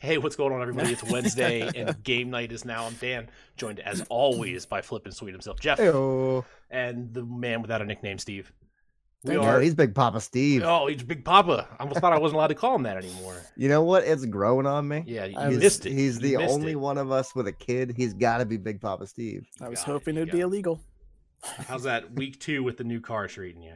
Hey, what's going on, everybody? It's Wednesday, and game night is now. I'm Dan, joined as always by Flip and Sweet himself, Jeff, Heyo. and the man without a nickname, Steve. We We are. he's Big Papa Steve. Oh, he's Big Papa. I almost thought I wasn't allowed to call him that anymore. You know what? It's growing on me. Yeah, you I he's, missed it. He's You the missed only it. one of us with a kid. He's got to be Big Papa Steve. I was Got it, hoping you it'd got be it. illegal. How's that week two with the new car treating you?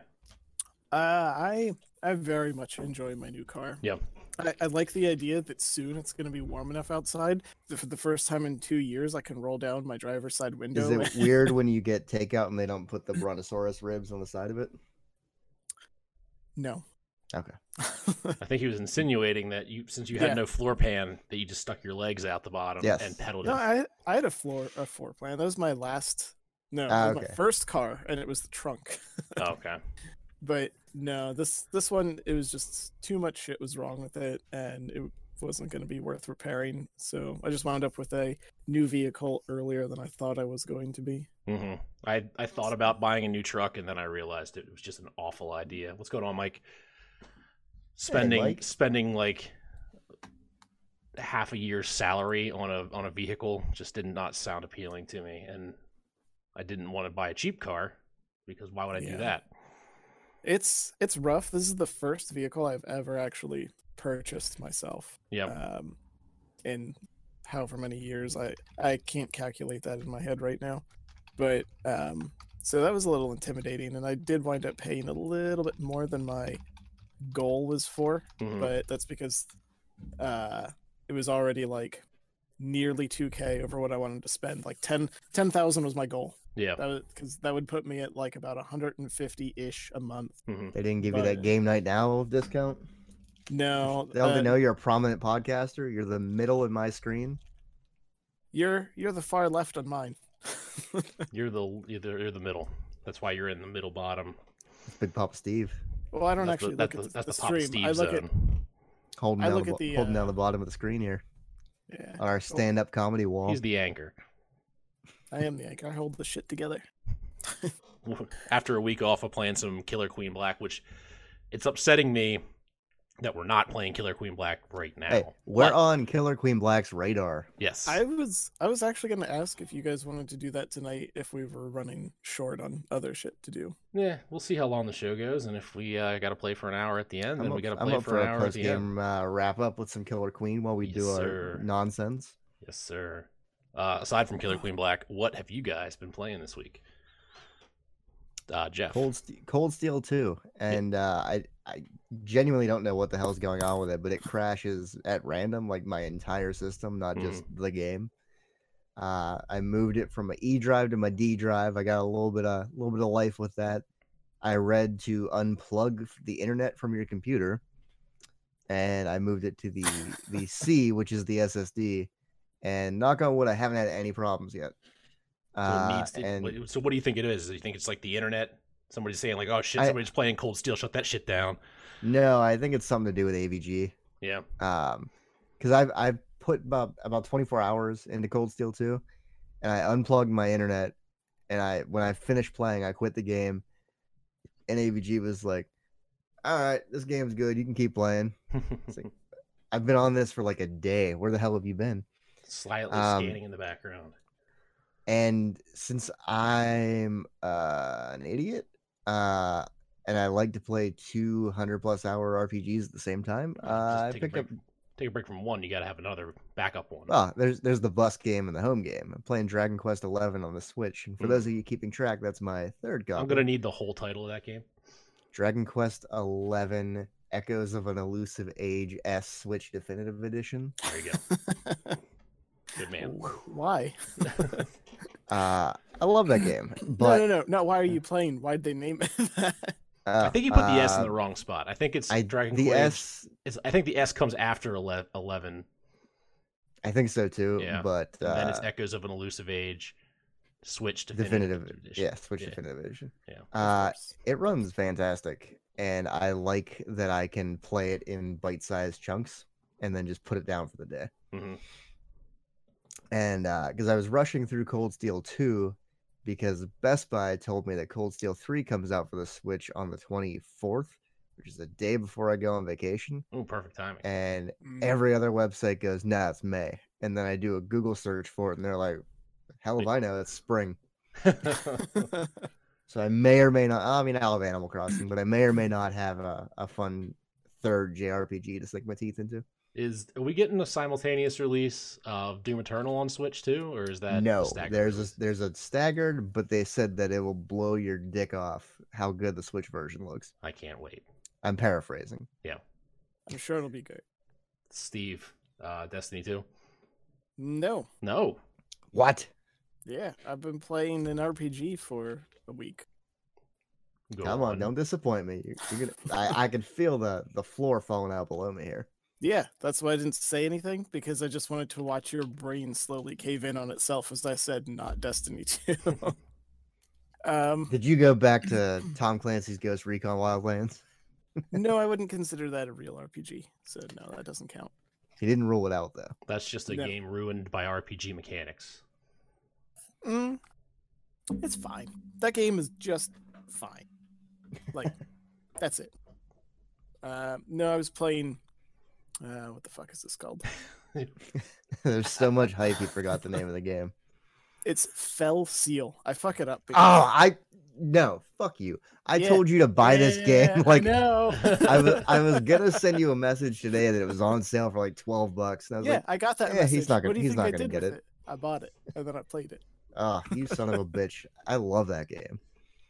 Uh, I I very much enjoy my new car. Yep. I, I like the idea that soon it's going to be warm enough outside that for the first time in two years I can roll down my driver's side Is window. it weird when you get takeout and they don't put the brontosaurus ribs on the side of it? no. Okay. I think he was insinuating that you, since you had Yeah. no floor pan, that you just stuck your legs out the bottom Yes. and pedaled no, it. I I had a floor a floor plan. That was my last. No, Ah, that was okay. my first car, and it was the trunk. Oh, okay. But no, this this one it was just too much shit was wrong with it, and it wasn't going to be worth repairing. So I just wound up with a new vehicle earlier than I thought I was going to be. hmm I I thought about buying a new truck and then I realized it was just an awful idea. What's going on, Mike? Spending Mike. spending like half a year's salary on a on a vehicle just did not sound appealing to me, and I didn't want to buy a cheap car because why would I do Yeah. that? It's it's rough. This is the first vehicle I've ever actually purchased myself. Yeah, Um, in however many years, I I can't calculate that in my head right now. But um, so that was a little intimidating, and I did wind up paying a little bit more than my goal was for. Mhm. But that's because uh, it was already like nearly 2k over what I wanted to spend. Like 10 10,000 was my goal. yeah. That was because that would put me at like about 150 ish a month. mhm. They didn't give you But- that game night now discount. No, Don't uh, they know you're a prominent podcaster? You're the middle in my screen. You're you're the far left on mine. You're the you're the, you're the middle. That's why you're in the middle bottom. It's Big Papa Steve well, I don't that's actually the, that's look the, at the, that's the the Papa stream. Steve I look zone. holding, I down the, look at bo- the, holding uh, Oh. down the bottom of the screen here at yeah. on our stand-up comedy wall. He's the anchor. I am the anchor. I hold the shit together. after a week off of playing some Killer Queen Black, which it's upsetting me that we're not playing Killer Queen Black right now. Hey, we're But- on Killer Queen Black's radar. yes, I was I was actually going to ask if you guys wanted to do that tonight if we were running short on other shit to do. yeah, we'll see how long the show goes, and if we uh, got to play for an hour at the end, then I'm we up, got to I'm play up for an hour at post the end. game uh, wrap up with some Killer Queen while we do Yes, our sir. nonsense. Yes, sir. Uh, aside from Killer Queen Black, what have you guys been playing this week? Uh, Jeff. Cold Ste Cold Steel 2, and uh, I I genuinely don't know what the hell's going on with it, but it crashes at random, like my entire system, not Mm-hmm. just the game. Uh, I moved it from my E drive to my D drive. I got a little bit of little bit of life with that. I read to unplug f- the internet from your computer, and I moved it to the the C, which is the SSD. And knock on wood, I haven't had any problems yet. So, it Uh, needs to- and what- so what do you think it is? Do you think it's like the internet? Somebody's saying like, "Oh shit, I- somebody's playing Cold Steel. Shut that shit down." no, I think it's something to do with AVG. Yeah. um because i've i've put about about 24 hours into cold steel 2 and i unplugged my internet and i when i finished playing i quit the game and avg was like all right this game's good you can keep playing i've been on this for like a day where the hell have you been Slightly Um, scanning in the background. and since i'm uh, an idiot uh and i like to play 200 plus hour rpgs at the same time Yeah, just uh, i take a picked break up take a break from one, you got to have another backup one. Well, Ah, there's there's the bus game and the home game. I'm playing Dragon Quest XI on the Switch, and for Mm. those of you keeping track, that's my third copy. I'm gonna need the whole title of that game. Dragon Quest XI Echoes of an Elusive Age S Switch Definitive Edition. There you go. Good man. Why? Uh, I love that game, but no, no, no, no. Why are you playing? Why'd they name it that? I uh, think you put the S in uh, the wrong spot. I think it's I, Dragon the Quest. S. It's, I think the S comes after ele- eleven, I think so too, Yeah, but and then it's uh, Echoes of an Elusive Age, Switch definitive. definitive, Edition. yeah, Switch Yeah. Definitive Edition. Yeah. Of Uh, course. it runs fantastic, and I like that I can play it in bite-sized chunks and then just put it down for the day. Mhm. and because I was rushing through Cold Steel 2 because Best Buy told me that Cold Steel 3 comes out for the Switch on the 24th, which is the day before I go on vacation. Oh, perfect timing. And Mm, every other website goes, nah, it's May. And then I do a Google search for it, and they're like, hell if I know, it's spring. Mm. So I may or may not, I mean, I'll have Animal Crossing, but I may or may not have a, a fun third JRPG to stick my teeth into. is are we getting a simultaneous release of Doom Eternal on Switch too, or is that a no, staggered there's release? a, there's a staggered, but they said that it will blow your dick off how good the Switch version looks. I can't wait. I'm paraphrasing. I'm sure it'll be good. Steve, uh, Destiny two. No, No, What? yeah, I've been playing an RPG for a week. Go Come on, don't disappoint me. You're, you're gonna, I, I can feel the, the floor falling out below me here. Yeah, that's why I didn't say anything because I just wanted to watch your brain slowly cave in on itself as I said, not Destiny 2. um, Did you go back to Tom Clancy's Ghost Recon Wildlands? no, I wouldn't consider that a real RPG, so no, that doesn't count. He didn't rule it out though. That's just a No. game ruined by RPG mechanics. Mm, it's fine. That game is just fine. Like, that's it. Uh, no, I was playing. Uh, what the fuck is this called? There's so much hype he forgot the name of the game. It's Fell Seal. I fuck it up. Oh, I no, fuck you. I Yeah. told you to buy this game. Like no. I was I was gonna send you a message today that it was on sale for like twelve bucks. And I was yeah, like, I got that. "Yeah, he's message. not gonna- What do you he's think not I gonna did get with it." I bought it and then I played it. oh, you son of a bitch. I love that game.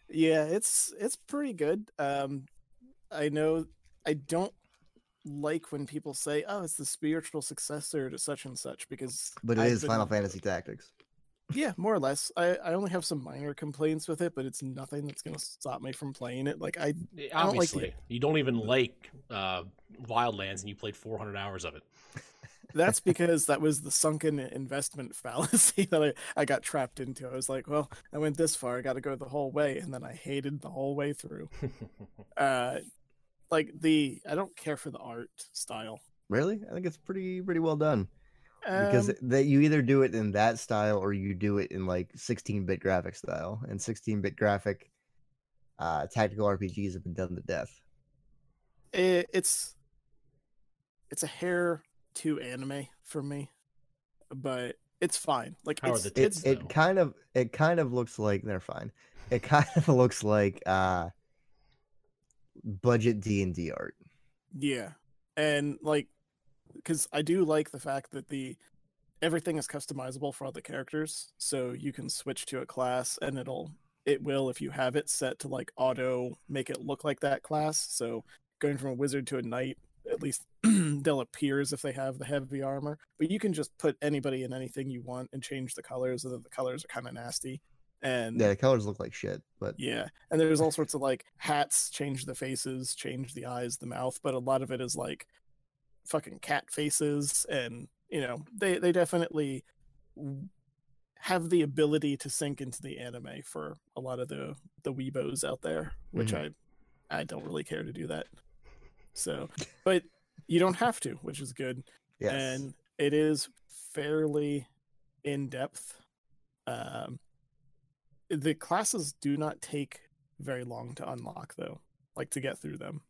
Yeah, it's it's pretty good. Um, I know I don't like when people say, "Oh, it's the spiritual successor to such and such," because But it is I've been- Final Fantasy Tactics. Yeah, more or less. I, I only have some minor complaints with it, but it's nothing that's gonna stop me from playing it. Like I Eh, I don't like the- Obviously, you don't even like uh, Wildlands, and you played 400 hours of it. that's because that was the sunken investment fallacy that I, I got trapped into. I was like, well, I went this far, I gotta go the whole way, and then I hated the whole way through. Uh like the I don't care for the art style. Really? I think it's pretty pretty well done. Because Um, that you either do it in that style or you do it in like 16-bit graphic style. And 16-bit graphic uh tactical RPGs have been done to death. it, it's it's a hair too anime for me. But it's fine. Like How are it's, the it, tits, it's though. it kind of it kind of looks like they're fine it kind of looks like uh budget d&d art Yeah. And like cuz I do like the fact that the everything is customizable for all the characters, so you can switch to a class and it'll it will if you have it set to like auto make it look like that class. So going from a wizard to a knight, at least they'll appear as if they have the heavy armor, but you can just put anybody in anything you want and change the colors, and then the colors are kind of nasty. And yeah the colors look like shit but yeah. And there's all sorts of like hats change the faces, change the eyes, the mouth, but a lot of it is like fucking cat faces and you know, they they definitely w- have the ability to sink into the anime for a lot of the the weebos out there, which I I don't really care to do that. So, but you don't have to, which is good yes and it is fairly in depth. Um, the classes do not take very long to unlock, though. Like to get through them.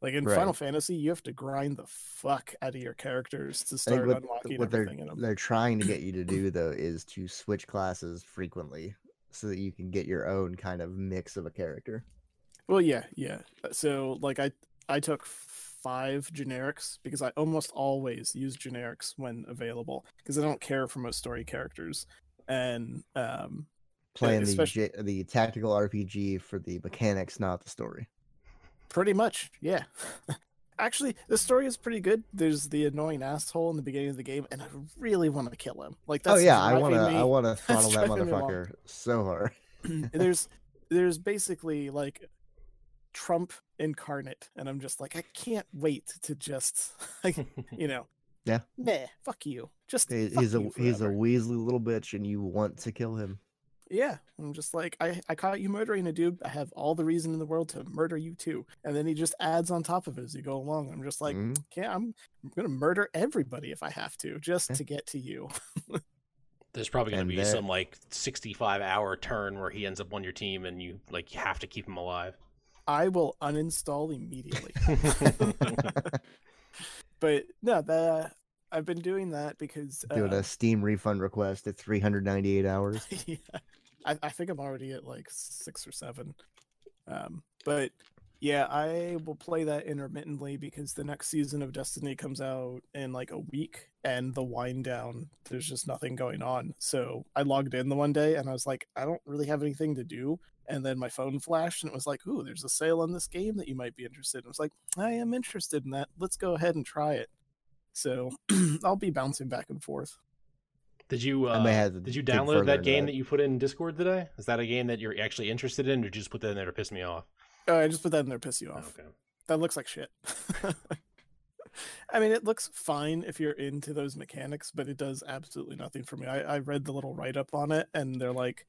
Like in Final Right. Fantasy, you have to grind the fuck out of your characters to I think start what, unlocking what they're everything in them. they're trying to get you to do though is to switch classes frequently so that you can get your own kind of mix of a character Well, yeah, yeah. So like I I took five generics because I almost always use generics when available because I don't care for most story characters. And um playing the, especi- J- the tactical rpg for the mechanics not the story Pretty much, yeah. Actually, the story is pretty good. There's the annoying asshole in the beginning of the game, and I really want to kill him. Like that's oh yeah i want to driving i me- want to throttle that driving me wild. motherfucker so hard there's there's basically like Trump incarnate, and I'm just like, I can't wait to just like you know, Yeah. meh, fuck you, just He- fuck he's a you he's a forever. weaselly little bitch, and you want to kill him. Yeah, I'm just like I I caught you murdering a dude. I have all the reason in the world to murder you too. And then he just adds on top of it as you go along. I'm just like, Mhm. can't I'm, I'm gonna murder everybody if I have to just Yeah. to get to you. There's probably going And to be there- some like 65 hour turn where he ends up on your team, and you like have to keep him alive. I will uninstall immediately. But no, the, I've been doing that because Doing uh, a Steam refund request at 398 hours. yeah, I, I think I'm already at like six or seven. Um, but yeah, I will play that intermittently because the next season of Destiny comes out in like a week, and the wind down, there's just nothing going on. So I logged in the one day, and I was like, I don't really have anything to do. And then my phone flashed, and it was like, "Ooh, there's a sale on this game that you might be interested." in. I was like, "I am interested in that. Let's go ahead and try it." So I'll be bouncing back and forth. Did you I uh, may have to did you dig download further that into game that. that you put in Discord today? Is that a game that you're actually interested in, or did you just put that in there to piss me off? Oh, I just put that in there, to piss you off. Okay. That looks like shit. I mean, it looks fine if you're into those mechanics, but it does absolutely nothing for me. I, I read the little write up on it, and they're like,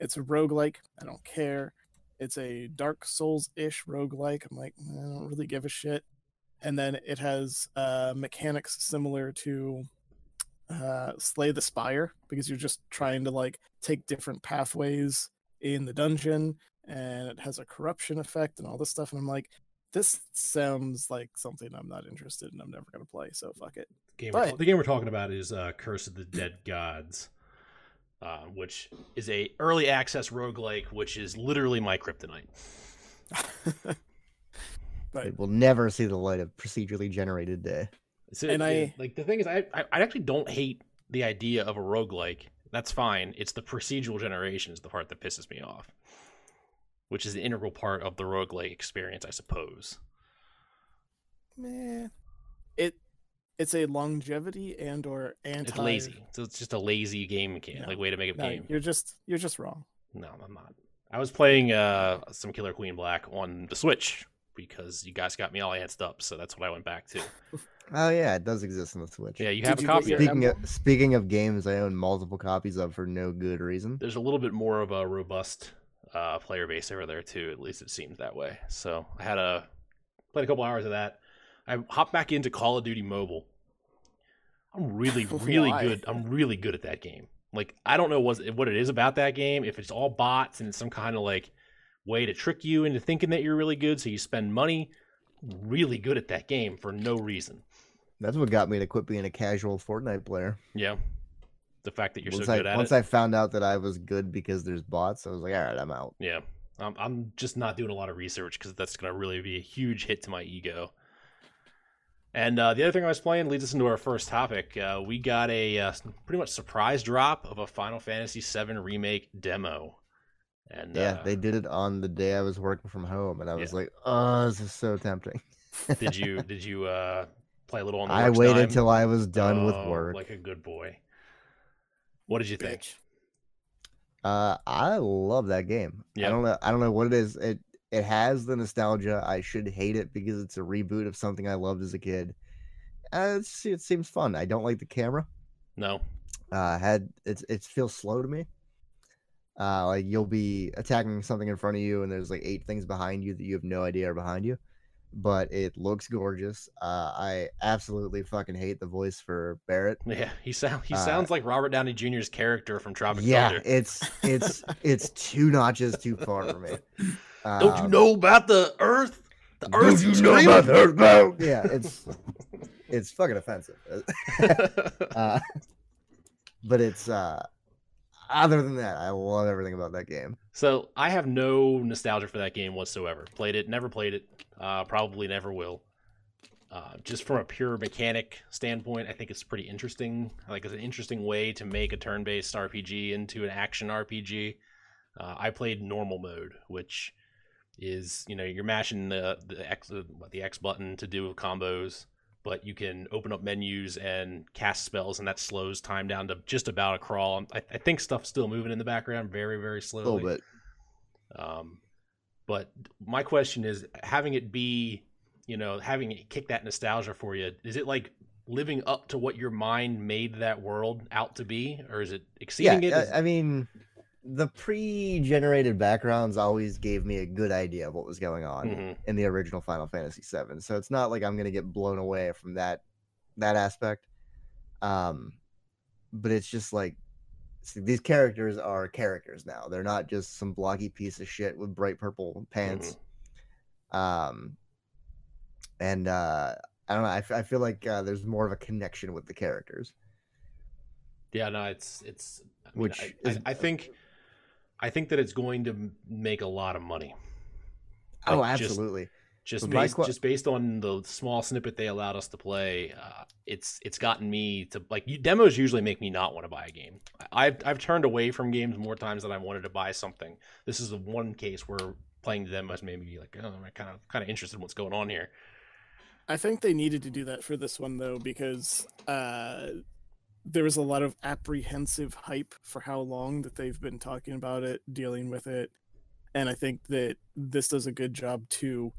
it's a roguelike. I don't care. It's a Dark Souls ish roguelike. I'm like, I don't really give a shit. And then it has uh, mechanics similar to uh, Slay the Spire because you're just trying to like take different pathways in the dungeon, and it has a corruption effect and all this stuff. And I'm like, this sounds like something I'm not interested in. I'm never gonna play, so fuck it. The game, But- we're, the game we're talking about is uh, Curse of the Dead Gods, uh, which is a early access roguelike, which is literally my kryptonite. but It will never see the light of procedurally generated day. So And it- it- I- like the thing is, I, I I actually don't hate the idea of a roguelike. That's fine. It's the procedural generation is the part that pisses me off, which is an integral part of the roguelike experience, I suppose. meh. it it's a longevity and or anti. It's lazy. So it's just a lazy game mechanic, No. like way to make a No, game. you're just you're just wrong. No, I'm not. I was playing uh, some Killer Queen Black on the Switch because you guys got me all antsed up, so that's what I went back to. Oh yeah, it does exist on the Switch. Yeah, you Did have a you get copy. of your it. Speaking Emblem. of, speaking of games, I own multiple copies of for no good reason. There's a little bit more of a robust uh, player base over there too. At least it seems that way. So I had a played a couple hours of that. I hopped back into Call of Duty Mobile. I'm really, really Why? good. I'm really good at that game. Like I don't know what what it is about that game. If it's all bots and it's some kind of like way to trick you into thinking that you're really good, so you spend money. Really good at that game for no reason. That's what got me to quit being a casual Fortnite player. Yeah, the fact that you're once so good I at once it. I found out that I was good because there's bots, I was like, all right, I'm out. Yeah, I'm, I'm just not doing a lot of research because that's going to really be a huge hit to my ego. And uh, the other thing I was playing leads us into our first topic. Uh, we got a uh, pretty much surprise drop of a Final Fantasy VII remake demo. And Yeah, uh, they did it on the day I was working from home, and I was Yeah. like, oh, this is so tempting. did you did you uh, play a little on the I works waited dime? till I was done with Oh, work. like a good boy. What did you think? Bitch. Uh, I love that game. Yeah. I don't know. I don't know what it is. It it has the nostalgia. I should hate it because it's a reboot of something I loved as a kid. Uh, it's, it seems fun. I don't like the camera. No, Uh, had it's it feels slow to me. Uh, like you'll be attacking something in front of you, and there's like eight things behind you that you have no idea are behind you. But it looks gorgeous. Uh, I absolutely fucking hate the voice for Barrett. yeah, he sound he Uh, sounds like Robert Downey Jr.'s character from Tropic yeah, Thunder. it's it's it's two notches too far for me. Don't you Um, know about the Earth? The Don't Earth you know screaming? about the Earth now? Yeah, it's it's fucking offensive. Uh, but it's uh other than that, I love everything about that game. so I have no nostalgia for that game whatsoever. Played it, never played it, uh, probably never will. Uh, just from a pure mechanic standpoint, I think it's pretty interesting. Like it's an interesting way to make a turn-based RPG into an action RPG. Uh, I played normal mode, which is you know you're mashing the the X the, what, the X button to do combos, but you can open up menus and cast spells, and that slows time down to just about a crawl. I, I think stuff's still moving in the background very very A slowly. little bit. Um, but my question is, having it be, you know, having it kick that nostalgia for you, is it like living up to what your mind made that world out to be, or is it Yeah, uh, exceeding it? Is- I, I mean, the pre-generated backgrounds always gave me a good idea of what was going on Mhm. in the original Final Fantasy VII. So it's not like I'm gonna get blown away from that that aspect. Um, but it's just like see, these characters are characters now. They're not just some blocky piece of shit with bright purple pants. Mm-hmm. Um, and uh, I don't know. I, f- I feel like uh, there's more of a connection with the characters. Yeah, no, it's it's. I mean, Which I, I- is- I think, I think that it's going to m- make a lot of money. oh, Like, just- absolutely. Just But my based, que- just based on the small snippet they allowed us to play, uh, it's it's gotten me to like you, demos usually make me not want to buy a game. I, I've I've turned away from games more times than I wanted to buy something. This is the one case where playing the demos made me be like, oh, I'm kind of kind of interested in what's going on here. I think they needed to do that for this one though, because uh, there was a lot of apprehensive hype for how long that they've been talking about it, dealing with it, and I think that this does a good job to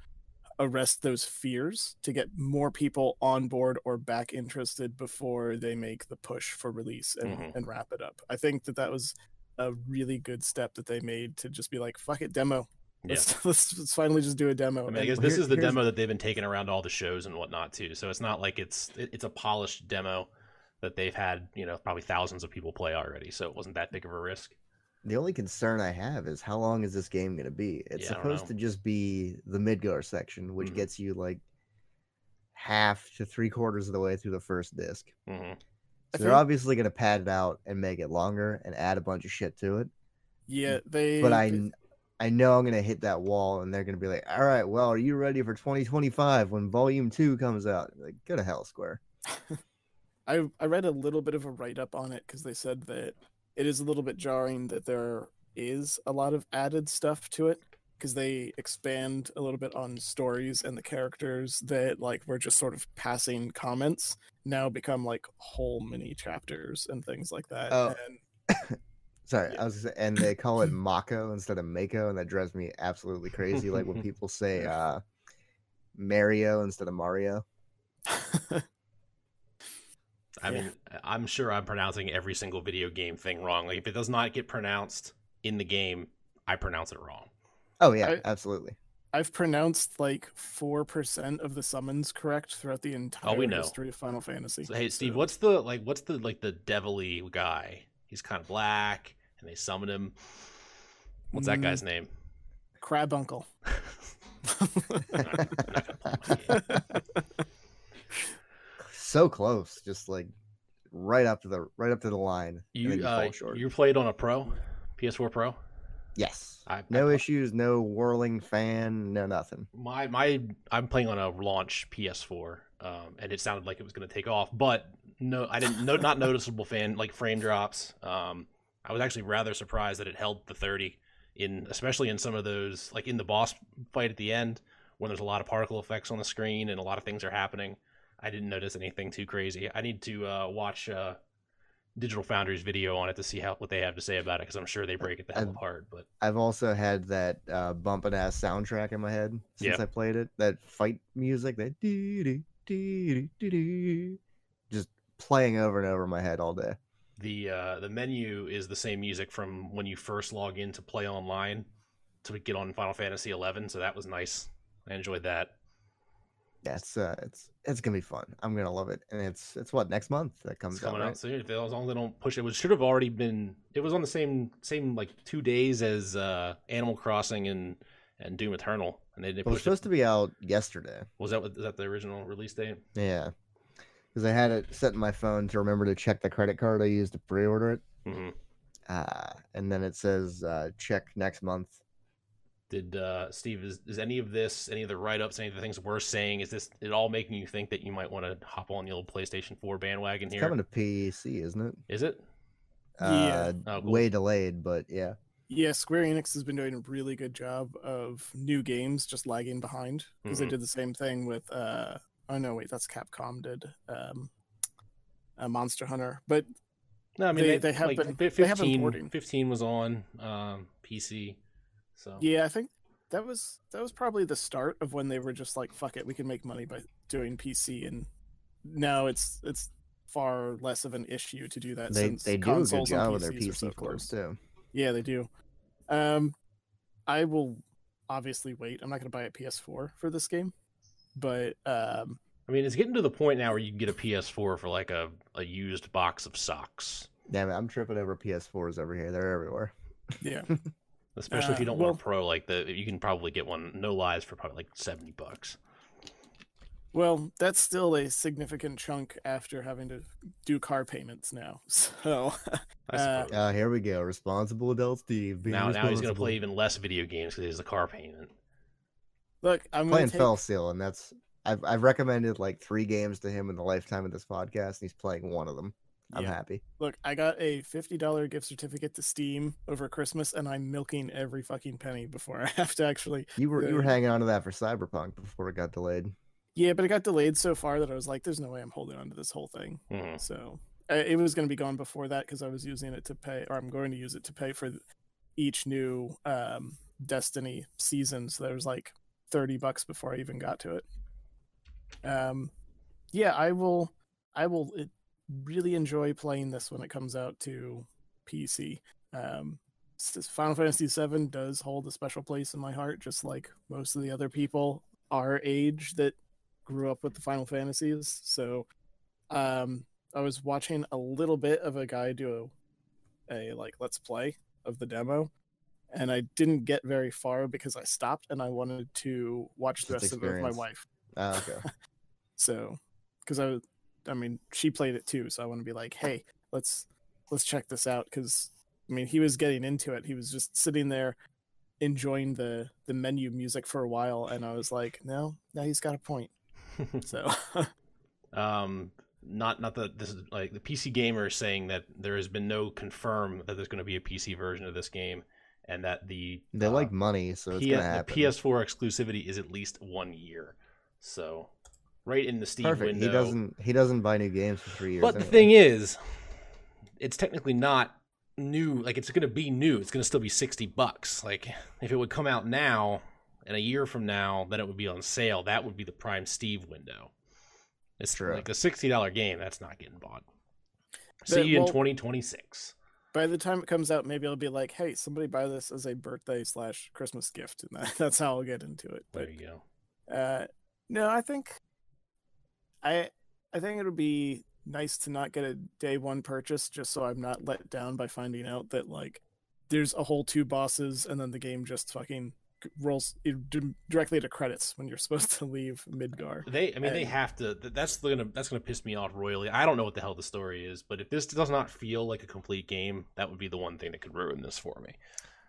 arrest those fears to get more people on board or back interested before they make the push for release and, Mhm. and wrap it up. I think that that was a really good step that they made to just be like, "Fuck it, demo." Yeah. Let's, let's, let's finally just do a demo. I mean, I and- guess this here- is the here's- demo that they've been taking around to all the shows and whatnot too. So it's not like it's it- it's a polished demo that they've had you know probably thousands of people play already. So it wasn't that big of a risk. The only concern I have is how long is this game going to be? It's Yeah, I don't supposed know. to just be the Midgar section, which Mhm. gets you like half to three quarters of the way through the first disc. hmm I So they're think- obviously going to pad it out and make it longer and add a bunch of shit to it. yeah, they. But I, they- kn- I know I'm going to hit that wall, and they're going to be like, "All right, well, are you ready for 2025 when Volume Two comes out?" Like, go to hell, Square. I I read a little bit of a write up on it because they said that it is a little bit jarring that there is a lot of added stuff to it because they expand a little bit on stories and the characters that like were just sort of passing comments now become like whole mini chapters and things like that. Oh. And Sorry, I was gonna say, and they call it Mako instead of Mako, and that drives me absolutely crazy. Like when people say uh, Mario instead of Mario. I Yeah. mean, I'm sure I'm pronouncing every single video game thing wrong. Like if it does not get pronounced in the game, I pronounce it wrong. Oh yeah, I- absolutely. I've pronounced like four percent of the summons correct throughout the entire Oh, know. history of Final Fantasy. So, hey, Steve, So- what's the like? What's the like the devilly guy? He's kind of black, and they summon him. What's that Mm. guy's name? crab uncle? so close, just like right up to the right up to the line. and You, then you uh, fall short. you played on a pro, PS4 Pro. Yes. I, No I, issues, no whirling fan, no nothing. my my I'm playing on a launch PS4, um, and it sounded like it was going to take off, but no, I didn't. No, not noticeable fan like frame drops. Um, I was actually rather surprised that it held the 30 in, especially in some of those like in the boss fight at the end when there's a lot of particle effects on the screen and a lot of things are happening. I didn't notice anything too crazy. I need to uh, watch uh, Digital Foundry's video on it to see how what they have to say about it because I'm sure they break it the hell And- apart. But I've also had that uh, bumping ass soundtrack in my head since Yeah. I played it. That fight music, that doo doo doo doo doo, just playing over and over in my head all day. the uh, the menu is the same music from when you first log in to play online to get on Final Fantasy XI. So that was nice. I enjoyed that. Yeah, it's uh, it's it's gonna be fun. I'm gonna love it, and it's it's what next month that comes It's coming out. out soon. If they, as long as they don't push it, it should have already been. It was on the same same like two days as uh, Animal Crossing and and Doom Eternal, and they, they It was pushed supposed it. to be out yesterday. Was that what- is that the original release date? Yeah, because I had it set in my phone to remember to check the credit card I used to pre-order it, hmm uh, and then it says uh, check next month. Did uh, Steve is, is any of this, any of the write ups, any of the things we're saying, is this it all making you think that you might want to hop on the old PlayStation Four bandwagon It's here? coming to PC, isn't it? Is it? Yeah. Uh, Oh, cool. Way delayed, but yeah. Yeah, Square Enix has been doing a really good job of new games just lagging behind because Mhm. Mm-hmm. they did the same thing with uh oh no wait that's Capcom did um uh, Monster Hunter but No, I mean they, They- they they have have like, been- fi- they have been 15, porting. 15 was on um, PC, so Oh. yeah I think that was that was probably the start of when they were just like fuck it we can make money by doing PC and now it's it's far less of an issue to do that they since they do a good consoles job and with their PCs are PC so so close. too. Yeah, they do. Um, I will obviously wait. I'm not going to buy a PS4 for this game, but um, I mean it's getting to the point now where you can get a PS4 for like a, a used box of socks. Damn it, I'm tripping over PS4s over here. They're everywhere. yeah, Especially if you Uh, don't well- want a pro, like the you can probably get one no lies for probably like seventy bucks. Well, that's still a significant chunk after having to do car payments now. So I Uh, suppose. Uh, here we go. Responsible adult Steve. Being now, now he's gonna responsible. play even less video games because he has the car payment. look, I'm playing gonna take, Fell Seal, and that's I've I've recommended like three games to him in the lifetime of this podcast, and he's playing one of them. I'm Yeah. happy. Look, I got a fifty dollar gift certificate to Steam over Christmas, and I'm milking every fucking penny before I have to actually. You were you were Good. hanging on to that for Cyberpunk before it got delayed. Yeah, but it got delayed so far that I was like, "There's no way I'm holding on to this whole thing." Mhm. So uh, it was going to be gone before that because I was using it to pay, or I'm going to use it to pay for th- each new um, Destiny season. So there was like 30 bucks before I even got to it. Um, yeah, I will. I will uh, really enjoy playing this when it comes out to PC. Um, s- s- Final Fantasy VII does hold a special place in my heart, just like most of the other people our age that grew up with the Final Fantasies. So, um, I was watching a little bit of a guy do a, a like let's play of the demo, and I didn't get very far because I stopped and I wanted to watch the Just rest of it with my experience. wife. Oh, okay. So, because I, was- I mean, she played it too, so I want to be like, hey, let's let's check this out. Because I mean, he was getting into it. He was just sitting there enjoying the the menu music for a while, and I was like, no, no, he's got a point. So, Mm-hmm. um, not not that this is like the PC gamer is saying that there has been no confirm that there's going to be a PC version of this game, and that the they uh, like money, so it's P- gonna the happen. PS4 exclusivity is at least one year. So, right in the Steam Perfect. window. He doesn't he doesn't buy new games for three years. But the anyway. thing is, it's technically not new. Like it's going to be new. It's going to still be sixty bucks. Like if it would come out now and a year from now, then it would be on sale. That would be the prime Steve window. It's True. like a sixty dollar game that's not getting bought. But, See you in well- twenty twenty six. by the time it comes out, maybe I'll be like, hey, somebody buy this as a birthday slash Christmas gift, and that, that's how I'll get into it. But There you go. Uh, no, I think I I think it'll be nice to not get a day one purchase just so I'm not let down by finding out that like there's a whole two bosses and then the game just fucking c- rolls it d- directly to credits when you're supposed to leave Midgar. They, I mean, they And- have to. th- That's gonna that's gonna piss me off royally. I don't know what the hell the story is, but if this does not feel like a complete game, that would be the one thing that could ruin this for me.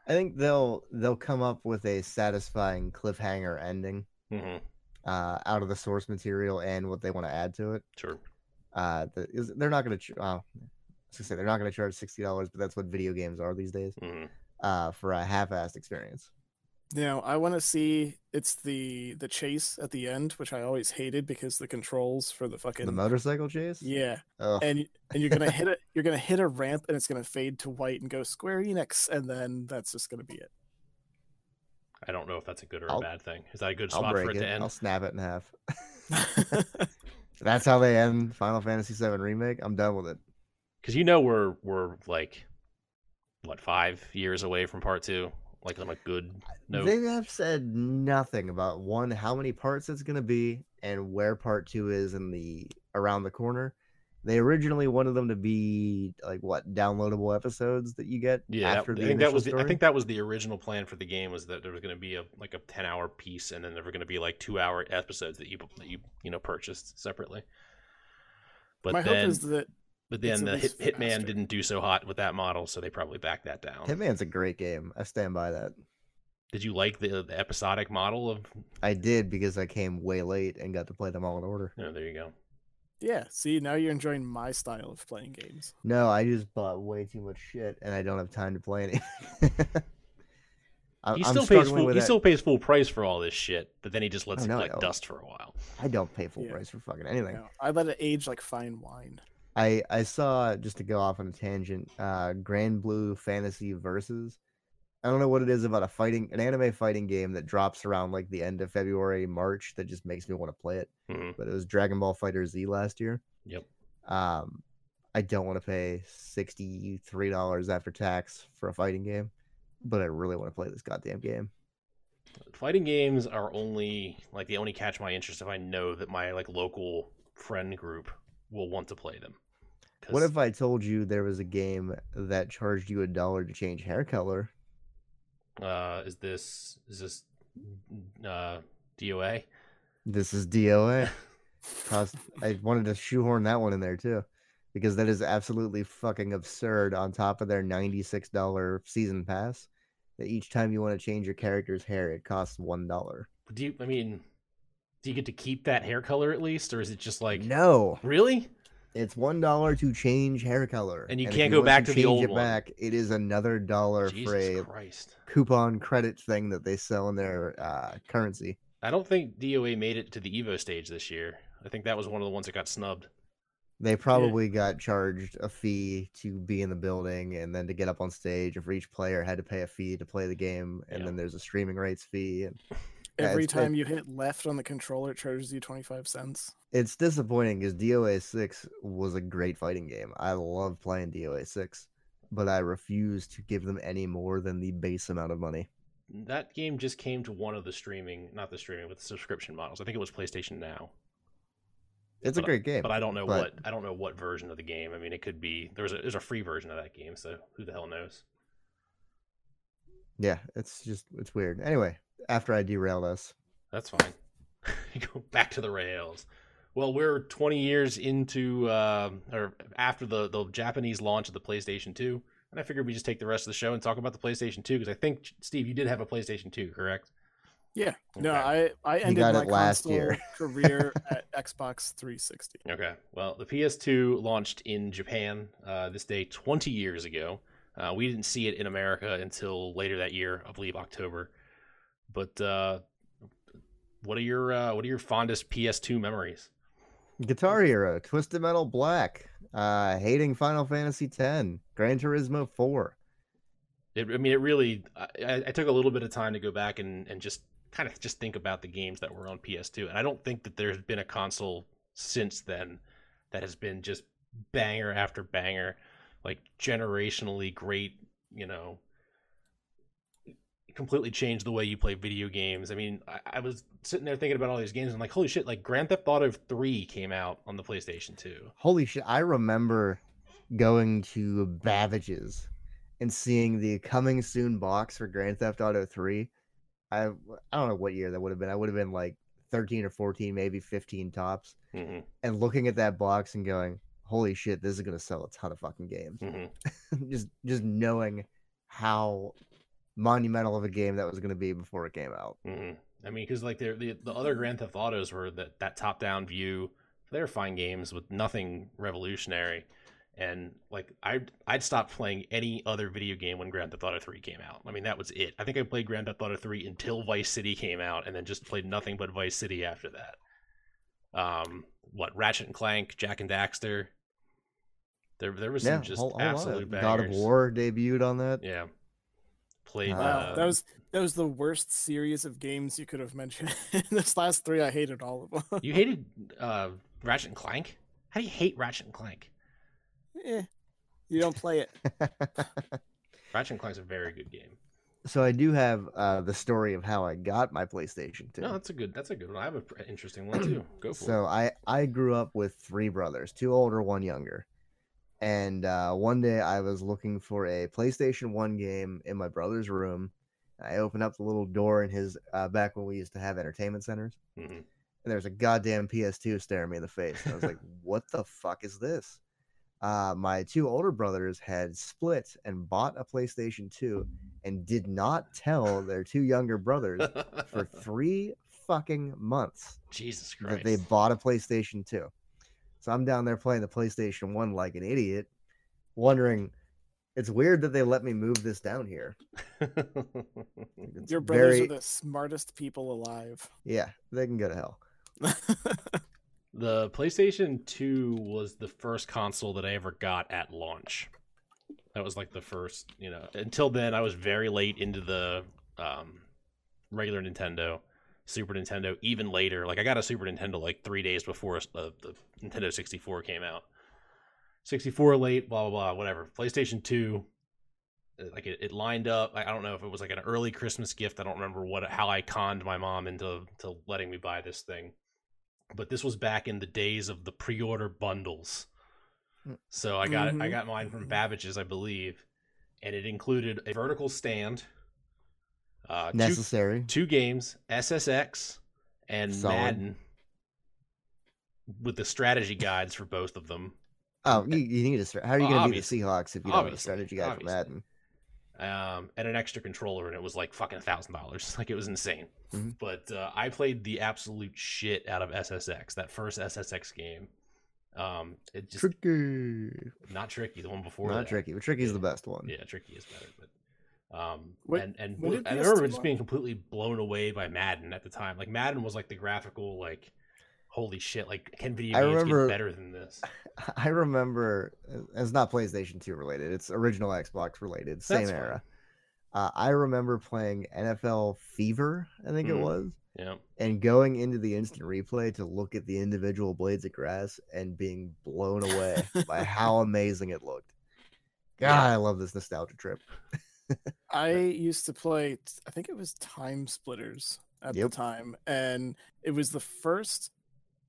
I think they'll they'll come up with a satisfying cliffhanger ending hmm uh, out of the source material and what they want to add to it. Sure. Uh, the, is, they're not gonna. ch- Uh, I was gonna say they're not gonna charge sixty dollars, but that's what video games are these days. hmm Uh, for a half-assed experience. Now I want to see it's the the chase at the end, which I always hated because the controls for the fucking the motorcycle chase. yeah Ugh. and and you're gonna hit it you're gonna hit a ramp and it's gonna fade to white and go square enix and then that's just gonna be it I don't know if that's a good or a I'll- bad thing. Is that a good I'll spot for break it, it. to end? I'll snap it in half. That's how they end Final Fantasy VII remake. I'm done with it. Because you know we're we're like what five years away from part two, like on a good note. They have said nothing about one how many parts it's gonna be and where part two is in the around the corner. They originally wanted them to be like what downloadable episodes that you get yeah, after that, the I think that initial was the, story. I think that was the original plan for the game was that there was going to be a like a ten hour piece, and then there were going to be like two hour episodes that you that you you know purchased separately. But my then, hope is that but it's then at the hit, least Hitman faster. didn't do so hot with that model, so they probably backed that down. Hitman's a great game. I stand by that. Did you like the, the episodic model of? oh, I did because I came way late and got to play them all in order. Oh, there you go. yeah see now you're enjoying my style of playing games No, I just bought way too much shit and I don't have time to play anything. I- He I'm still pays struggling full. with He that- still pays full price for all this shit, but then he just lets Oh, it no, collect no. dust for a while. I don't pay full Yeah. price for fucking anything. You know, i let it age like fine wine I I saw just to go off on a tangent, uh, Grand Blue Fantasy Versus. I don't know what it is about a fighting an anime fighting game that drops around like the end of February, March that just makes me want to play it. Mhm. But it was Dragon Ball Fighter Z last year. Yep. Um, I don't want to pay sixty three dollars after tax for a fighting game, but I really want to play this goddamn game. Fighting games are only like they only catch my interest if I know that my like local friend group will want to play them. 'Cause- What if I told you there was a game that charged you a dollar to change hair color? Uh, is this is this uh, DOA? This is DOA. Cost- I wanted to shoehorn that one in there too, because that is absolutely fucking absurd. On top of their ninety-six dollar season pass, that each time you want to change your character's hair, it costs one dollar. Do you? I mean, do you get to keep that hair color at least, or is it just like No, really? it's one dollar to change hair color, And you if can't go want back to the change old it one. back. It is another dollar for Jesus a Christ! coupon credit thing that they sell in their uh, currency. I don't think DOA made it to the Evo stage this year. I think that was one of the ones that got snubbed. They probably got charged a fee to be in the building and then to get up on stage. And for each player, had to pay a fee to play the game, and Yeah. then there's a streaming rights fee. And Yeah, Every it's- it- time you hit left on the controller, it charges you 25 cents. it's disappointing because DOA six was a great fighting game. I love playing DOA six, but I refuse to give them any more than the base amount of money. That game just came to one of the streaming, not the streaming, but the subscription models. I think it was PlayStation Now. It's a But I- great game. but I don't know but- what I don't know what version of the game. I mean, it could be there's a there's a free version of that game, so who the hell knows? yeah, it's just it's weird. Anyway, after I derailed us, That's fine. Go back to the rails. Well, we're 20 years into uh, or after the the Japanese launch of the PlayStation 2, and I figured we just take the rest of the show and talk about the PlayStation 2 because I think Steve, you did have a PlayStation 2, correct? Yeah. No, Okay. I, I ended got my it last console year. career at Xbox 360. Okay. Well, the PS2 launched in Japan uh, this day 20 years ago. Uh, we didn't see it in America until later that year, I believe October. But uh, what are your uh, what are your fondest PS2 memories? Mm. Guitar Hero, Twisted Metal Black, uh, hating Final Fantasy X, Gran Turismo Four. It, I mean, it really. I, I- I took a little bit of time to go back and, and just kind of just think about the games that were on PS2, and I don't think that there's been a console since then that has been just banger after banger, like generationally great. You know, completely changed the way you play video games. I mean, I, I was sitting there thinking about all these games, and I'm like, holy shit! Like Grand Theft Auto Three came out on the PlayStation Two. Holy shit! I remember going to Babbage's and seeing the coming soon box for Grand Theft Auto Three. I w- I don't know what year that would have been. I would have been like thirteen or fourteen, maybe fifteen tops. Mm-hmm, And looking at that box and going, "Holy shit! This is gonna sell a ton of fucking games." mm-hmm. just just knowing how monumental of a game that was gonna be before it came out. hmm I mean, because like they're- the the other Grand Theft Autos were that that top down view. They're fine games with nothing revolutionary, and like I I'd, I'd stopped playing any other video game when Grand Theft Auto Three came out. I mean, that was it. I think I played Grand Theft Auto Three until Vice City came out, and then just played nothing but Vice City after that. Um, what Ratchet and Clank, Jack and Daxter. There, there was some just whole- whole lot of- absolute bangers. God of War debuted on that. Yeah, played. Wow, Wow, uh, that was that was the worst series of games you could have mentioned. this last three, I hated all of them. You hated uh, Ratchet and Clank. How do you hate Ratchet and Clank? Eh, you don't play it. Ratchet and Clank's a very good game. so I do have uh, the story of how I got my PlayStation 2. No, that's a good. That's a good one. I have an interesting one too. Go for so I I grew up with three brothers, two older, one younger. And uh, one day I was looking for a PlayStation 1 game in my brother's room. I opened up the little door in his uh, back when we used to have entertainment centers. it. Mhm. and there's a goddamn PS2 staring me in the face. And I was like, what the fuck is this? Uh, my two older brothers had split and bought a PlayStation 2 and did not tell their two younger brothers for three fucking months Mm-hmm. Jesus that Christ! they bought a PlayStation 2. So I'm down there playing the PlayStation 1 like an idiot, wondering, it's weird that they let me move this down here. Like, it's Your brothers very- are the smartest people alive. Yeah, they can go to hell. the PlayStation Two was the first console that I ever got at launch. That was like the first. You know, until then I was very late into the um, regular Nintendo, Super Nintendo. Even later, like I got a Super Nintendo like three days before uh, the Nintendo 64 came out. 64 late, blah blah blah, whatever. PlayStation 2, uh, like it, it lined up. I, I don't know if it was like an early Christmas gift. I don't remember what how I conned my mom into to letting me buy this thing. But this was back in the days of the pre-order bundles. Mm. So I got it. I Mhm. got mine from Mhm. Babbage's, I believe, and it included a vertical stand Uh, two, Necessary. two games, SSX and Solid. Madden, with the strategy guides for both of them. Oh, you, you need a strat. How are you going to beat Obviously. the Seahawks if you don't have a Obviously. strategy guide for Obviously. Madden? um, and an extra controller, and it was like fucking thousand dollars. Like it was insane. Mhm. But uh, I played the absolute shit out of SSX. That first SSX game, um, it just Tricky. not tricky. The one before Not that. tricky, but tricky's Yeah. the best one. Yeah, tricky is better. But um, What- and and what we- did I PS2 remember just launch? being completely blown away by Madden at the time. Like Madden was like the graphical like. Holy shit! Like, can video I games remember- get better than this? I remember uh, it's not PlayStation 2 related, it's original Xbox related, same That's fine. era. Uh, I remember playing NFL Fever, I think Mhm. it was, Yeah, and going into the instant replay to look at the individual blades of grass and being blown away by how amazing it looked. God, I love this nostalgia trip. I used to play, t- I think it was Time Splitters at Yep. the time, and it was the first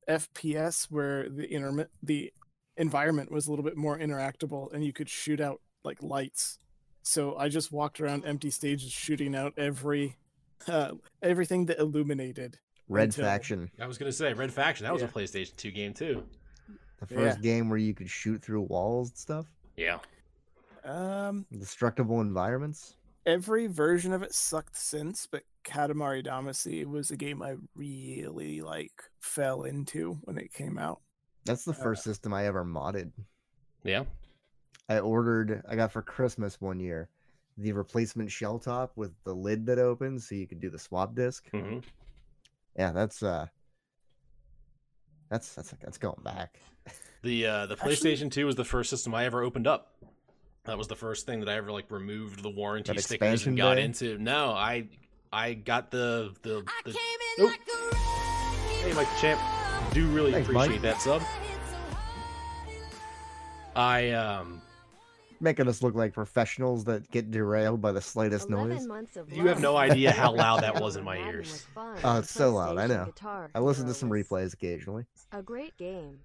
FPS where the intermi- the environment was a little bit more interactable, and you could shoot out like lights. So I just walked around empty stages shooting out every uh, everything that illuminated. Red Until- Faction, I was gonna say Red Faction. That was Yeah. a PlayStation Two game too. the Yeah. first game where you could shoot through walls and stuff, Yeah, Um, destructible environments. every version of it sucked since, but Katamari Damacy was a game I really like fell into when it came out. That's the Uh, first system I ever modded. yeah. I ordered I got for Christmas one year the replacement shell top with the lid that opens so you could do the swap disk. hmm Yeah, that's uh that's that's that's going back. The uh, the Actually- PlayStation 2 was the first system I ever opened up. That was the first thing that I ever like removed the warranty That stickers expansion and got bay? into. No, I I got the the, I the came Nope. in like a Hey, Hey, Mike the Champ. do really Thanks, Mike. appreciate that sub. I um Making us look like professionals that get derailed by the slightest noise. You have no idea how loud that was in my ears. Oh, it's so loud, I know. I listen to some replays occasionally. A great game.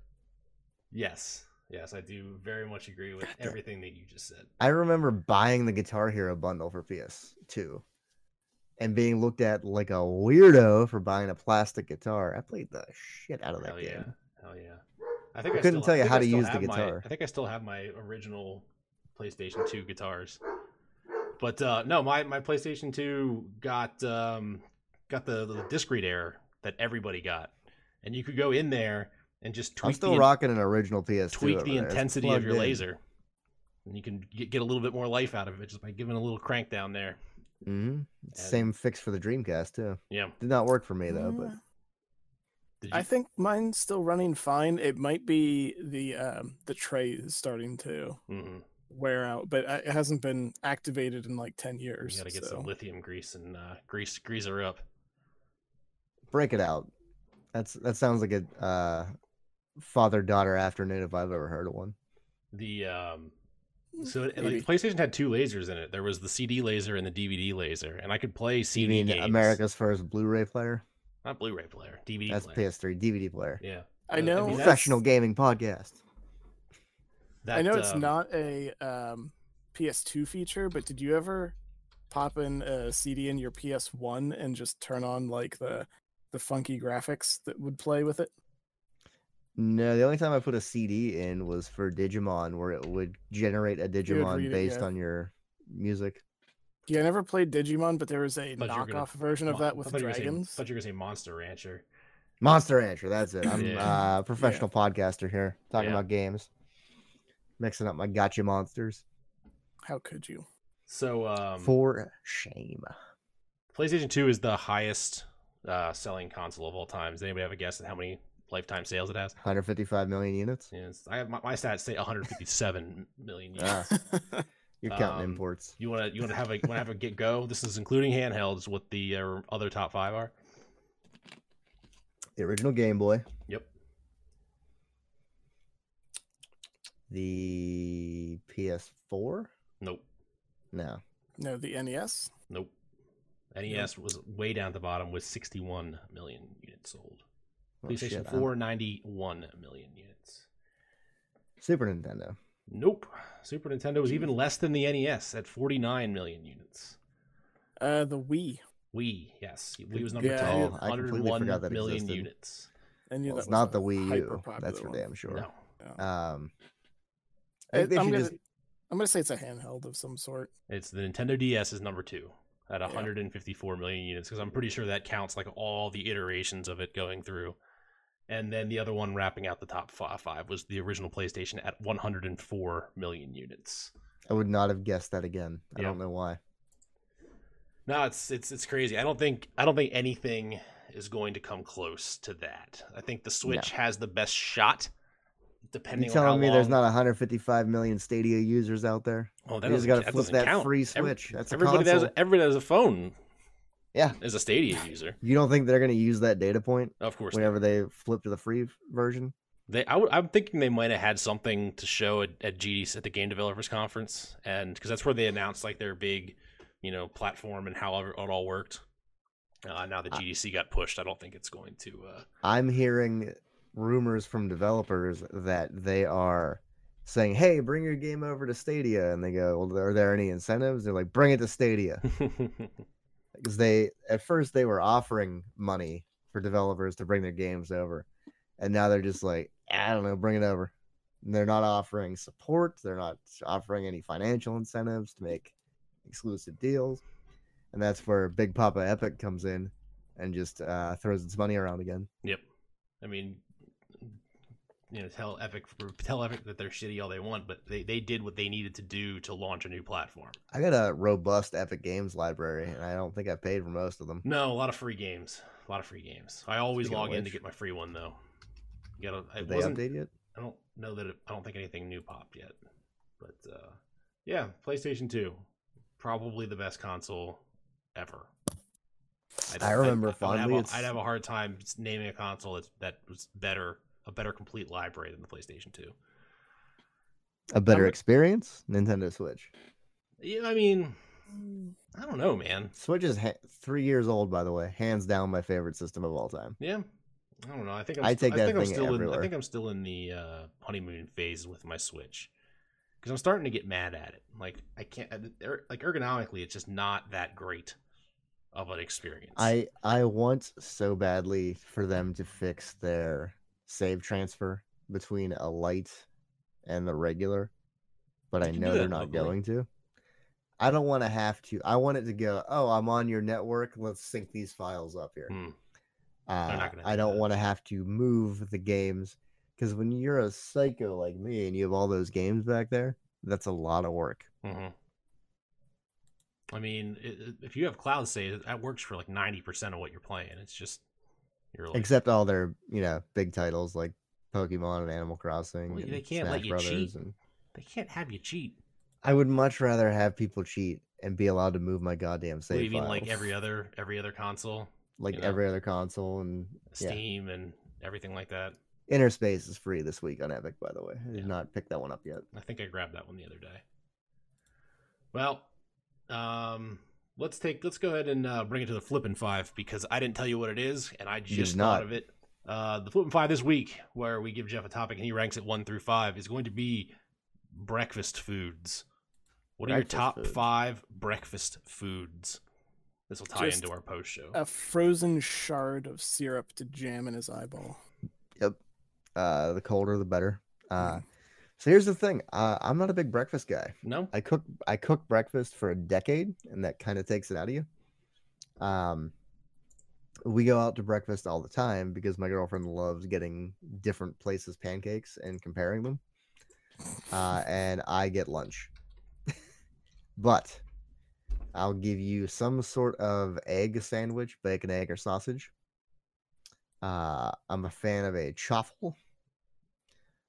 yes. Yes, I do very much agree with damn. everything that you just said. I remember buying the Guitar Hero bundle for PS2 and being looked at like a weirdo for buying a plastic guitar. I played the shit out of that Hell game. yeah. Hell yeah. I think I I, couldn't still, tell you I think how I to still use the have my- guitar. I think I still have my original PlayStation 2 guitars. But uh, no, my, my PlayStation 2 got um, got the, the discrete error that everybody got, and you could go in there and just I'm tweak still the, rocking an original PS2. tweak over the there. It's intensity of plugged your in. laser, and you can get, get a little bit more life out of it just by giving it a little crank down there. hmm Same fix for the Dreamcast too. Yeah, Did not work for me though, but Uh, Did I you- think mine's still running fine. It might be the um, the tray is starting to Mhm. wear out, but I- it hasn't been activated in like ten years. you got to get so- some lithium grease and uh, grease grease her up. break it out. That's that sounds like a uh, father daughter afternoon if I've ever heard of one. The um, So it, Mm, Maybe. like PlayStation had two lasers in it. There was the CD laser and the DVD laser, and I could play CD You mean games. America's first Blu-ray player? not Blu-ray player, DVD That's player. PS3 DVD player. Yeah, I Uh, know. mean, that's- Professional gaming podcast. that, I know it's um, not a um, PS2 feature, but did you ever pop in a CD in your PS1 and just turn on like the the funky graphics that would play with it? No, the only time I put a CD in was for Digimon, where it would generate a Digimon read it, based yeah. on your music. Yeah, I never played Digimon, but there was a thought you were gonna- knockoff version of Mon- I that with thought you were gonna say- dragons. thought you were gonna say Monster Rancher. Monster Rancher, that's it. I'm Yeah. uh, professional podcaster here, talking Yeah. about games, mixing up my gotcha monsters. How could you? So um, For shame. PlayStation Two is the highest uh, selling console of all time. Does anybody have a guess at how many lifetime sales it has? 155 million units. Yeah, it's- I have my, my stats say 157 million. units. Ah, you're counting Um, imports. You wanna you wanna have a you wanna have a get go? This is including handhelds. What the uh, other top five are? The original Game Boy, Yep. the PS4. Nope. No, no, the E NES. Nope. NES was way down at the bottom with 61 million units sold. Oh, PlayStation shit, I'm- 4, 91 million units. Super Nintendo. E Nope. Super Nintendo was even less than the NES at 49 million units. Uh, the Wii. We, yes, we Good was number Yeah, I two, knew- I completely 101 forgot that million existed. units. And Well, it's not the Wii U. hyper-popular That's for one. damn sure. No, Um, I, I think am they gonna, should just I'm gonna say it's a handheld of some sort. it's the Nintendo DS is number two at Yeah. 154 million units because I'm pretty sure that counts like all the iterations of it going through, and then the other one wrapping out the top fi- five was the original PlayStation at 104 million units. I would not have guessed that again. I Yeah. don't know why. No, it's it's it's crazy. I don't think I don't think anything is going to come close to that. I think the Switch has the best shot, depending You on how telling me there's long- not 155 million Stadia users out there? Oh, that You just doesn't- got to that flip doesn't that count. free Every- Switch. That's a everybody that console. has everybody that has a phone Yeah. is a Stadia user, You don't think they're going to use that data point of course. whenever they flip to the free v- version? They, I would, I'm thinking they might have had something to show at, at GDC at the Game Developers Conference, and because that's where they announced like their big, you know, platform and how it all worked. Uh, now that I- GDC got pushed, I don't think it's going to. Uh, I'm hearing rumors from developers that they are saying, "Hey, bring your game over to Stadia," and they go, "Well, are there any incentives?" They're like, "Bring it to Stadia," uh, because they at first they were offering money for developers to bring their games over, and now they're just like, "I don't know, bring it over." And they're not offering support. They're not offering any financial incentives to make exclusive deals, and that's where Big Papa Epic comes in and just uh, throws its money around again. Yep. I mean, you know, tell Epic tell Epic that they're shitty all they want, but they, they did what they needed to do to launch a new platform. I got a robust Epic Games library, and I don't think I paid for most of them. No, a lot of free games. A lot of free games. I always Speaking of log in to which- get my free one though. You gotta. It Did they wasn't. update yet? I don't know that. It, I don't think anything new popped yet. But uh, yeah, PlayStation Two, probably the best console ever. I'd- I remember I'd, I'd have, fondly a- it's- I'd have a hard time naming a console that's, that was better, a better complete library than the PlayStation Two. A better re- experience? Nintendo Switch. Yeah, I mean, I don't know, man. Switch is ha- three years old, by the way. Hands down, my favorite system of all time. Yeah, I don't know. I think I'm I st- take that think I'm thing still In, I everywhere. think I'm still in the uh, honeymoon phase with my Switch because I'm starting to get mad at it. Like I can't, er- like ergonomically, it's just not that great of an experience. I I want so badly for them to fix their save transfer between a light and the regular, but They I can do know they're that not locally. going to. I don't want to have to. I want it to go. Oh, I'm on your network. Let's sync these files up here. Hmm. not Uh, gonna I do don't that. want to have to move the games because when you're a psycho like me and you have all those games back there, that's a lot of work. Mhm. I mean, i- i- if you have cloud save, that works for like ninety percent of what you're playing. It's just you're like, Except all their you know big titles like Pokemon and Animal Crossing. Well, and they can't let Smash you Brothers cheat. And... they can't have you cheat. I would much rather have people cheat and be allowed to move my goddamn What do save you mean, like files, every other every other console, like you know? every other console and yeah. Steam, and everything like that. Inner Space is free this week on Epic. By the way, I did Yeah. not pick that one up yet. I think I grabbed that one the other day. Well, um, let's take let's go ahead and uh, bring it to the flippin' five because I didn't tell you what it is, and I did just thought not. of it. Uh, the flippin' five this week, where we give Jeff a topic and he ranks it one through five, is going to be breakfast foods. What Breakfast are your top foods. five breakfast foods? This will tie Just into our post show. A frozen shard of syrup to jam in his eyeball. Uh, the colder the better. Mm-hmm. Uh, so here's the thing. Uh, I'm not a big breakfast guy. no, I cook I cook breakfast for a decade, and that kind of takes it out of you. Um, we go out to breakfast all the time because my girlfriend loves getting different places pancakes and comparing them. Uh, and I get lunch, but I'll give you some sort of egg sandwich, bacon, egg, or sausage. Uh, I'm a fan of a chaffle,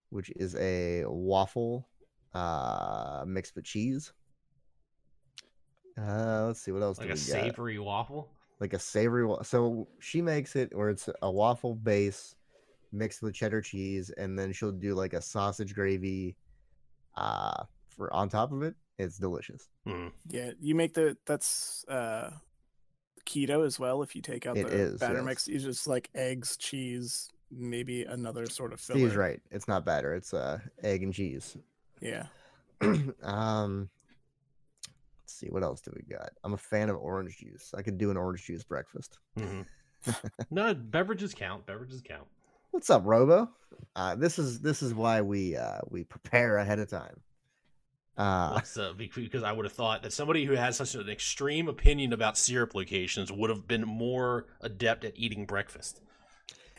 which is a waffle uh mixed with cheese. Uh let's see what else like do a we got. savory waffle. Like a savory wa- so she makes it where it's a waffle base mixed with cheddar cheese and then she'll do like a sausage gravy uh for on top of it. It's delicious. Hmm. Yeah, you make the that's uh keto as well. If you take out It the is, batter yes. mix, you just like eggs, cheese, maybe another sort of filler. Steve's right. It's not batter. It's uh egg and cheese. Yeah, um Let's see, what else do we got? I'm a fan of orange juice. I could do an orange juice breakfast. Mhm. no, beverages count. Beverages count. What's up, Robo? Uh, this is this is why we uh, we prepare ahead of time. Uh, What's up? Bec- Because I would have thought that somebody who has such an extreme opinion about syrup locations would have been more adept at eating breakfast.